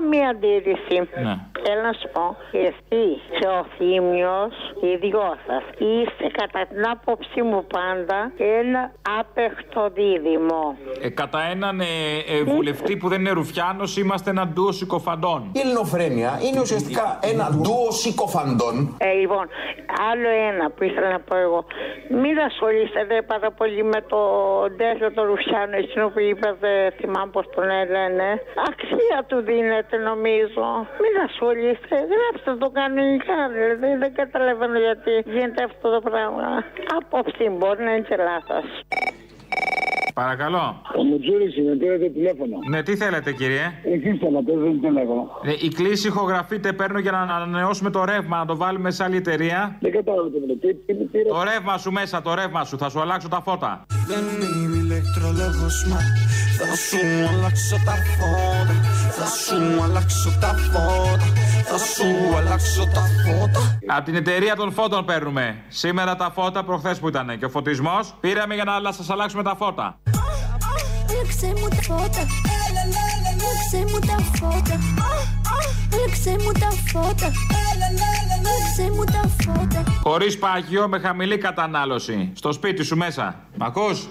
Speaker 22: Καμία αντίρρηση.
Speaker 18: Ναι.
Speaker 22: Θέλω να σου πω, εσύ και ο Θήμιος οι δυο σας. Είστε κατά την άποψή μου πάντα ένα άπεχτο δίδυμο.
Speaker 4: Ε, κατά έναν ε, ε, βουλευτή που δεν είναι Ρουφιάνος, είμαστε ένα ντουο συκοφαντών.
Speaker 23: Η ελληνοφρένεια είναι ουσιαστικά ένα ντουο συκοφαντών.
Speaker 22: Ε, λοιπόν, άλλο ένα που ήθελα να πω εγώ. Μην ασχολείστε πάρα πολύ με το Ντέζο τον Ρουφιάνο, εκείνο που είπατε, θυμάμαι πώς τον έλεγε. Αξία του δίνεται νομίζω. Μην ασχολείστε, γράψτε το κανονικά. Δηλαδή δεν καταλαβαίνω γιατί γίνεται αυτό το πράγμα. Απόψη μπορεί να είναι και λάθος.
Speaker 4: Παρακαλώ.
Speaker 21: Ο Μουτζούρης είναι, πήρατε τηλέφωνο.
Speaker 4: Ναι, τι θέλετε, κύριε.
Speaker 21: Εκεί θέλω, δεν τον λέγω.
Speaker 4: Ε, η κλίση ηχογραφείται, παίρνω για να ανανεώσουμε το ρεύμα, να το βάλουμε σε άλλη εταιρεία.
Speaker 21: Δεν κατάλαβα τι μου λέτε. Τι μου πήρε.
Speaker 4: Το ρεύμα σου μέσα, το ρεύμα σου, θα σου αλλάξω τα φώτα.
Speaker 24: Δεν είμαι ηλεκτρολόγος μα Θα σου αλλάξω τα φώτα Θα σου αλλάξω τα φώτα Θα σου αλλάξω τα φώτα
Speaker 4: Από την εταιρεία των φώτων παίρνουμε. Σήμερα τα φώτα, προχθές που ήταν. Και ο φωτισμός πήραμε για να σας αλλάξουμε τα φώτα.
Speaker 24: Έλεξε μου τα φώτα Έλεξε μου τα φώτα Έλεξε μου τα φώτα Έλεξε μου τα φώτα
Speaker 4: Χωρίς παγιό, με χαμηλή κατανάλωση. Στο σπίτι σου μέσα. Μ' ακούς?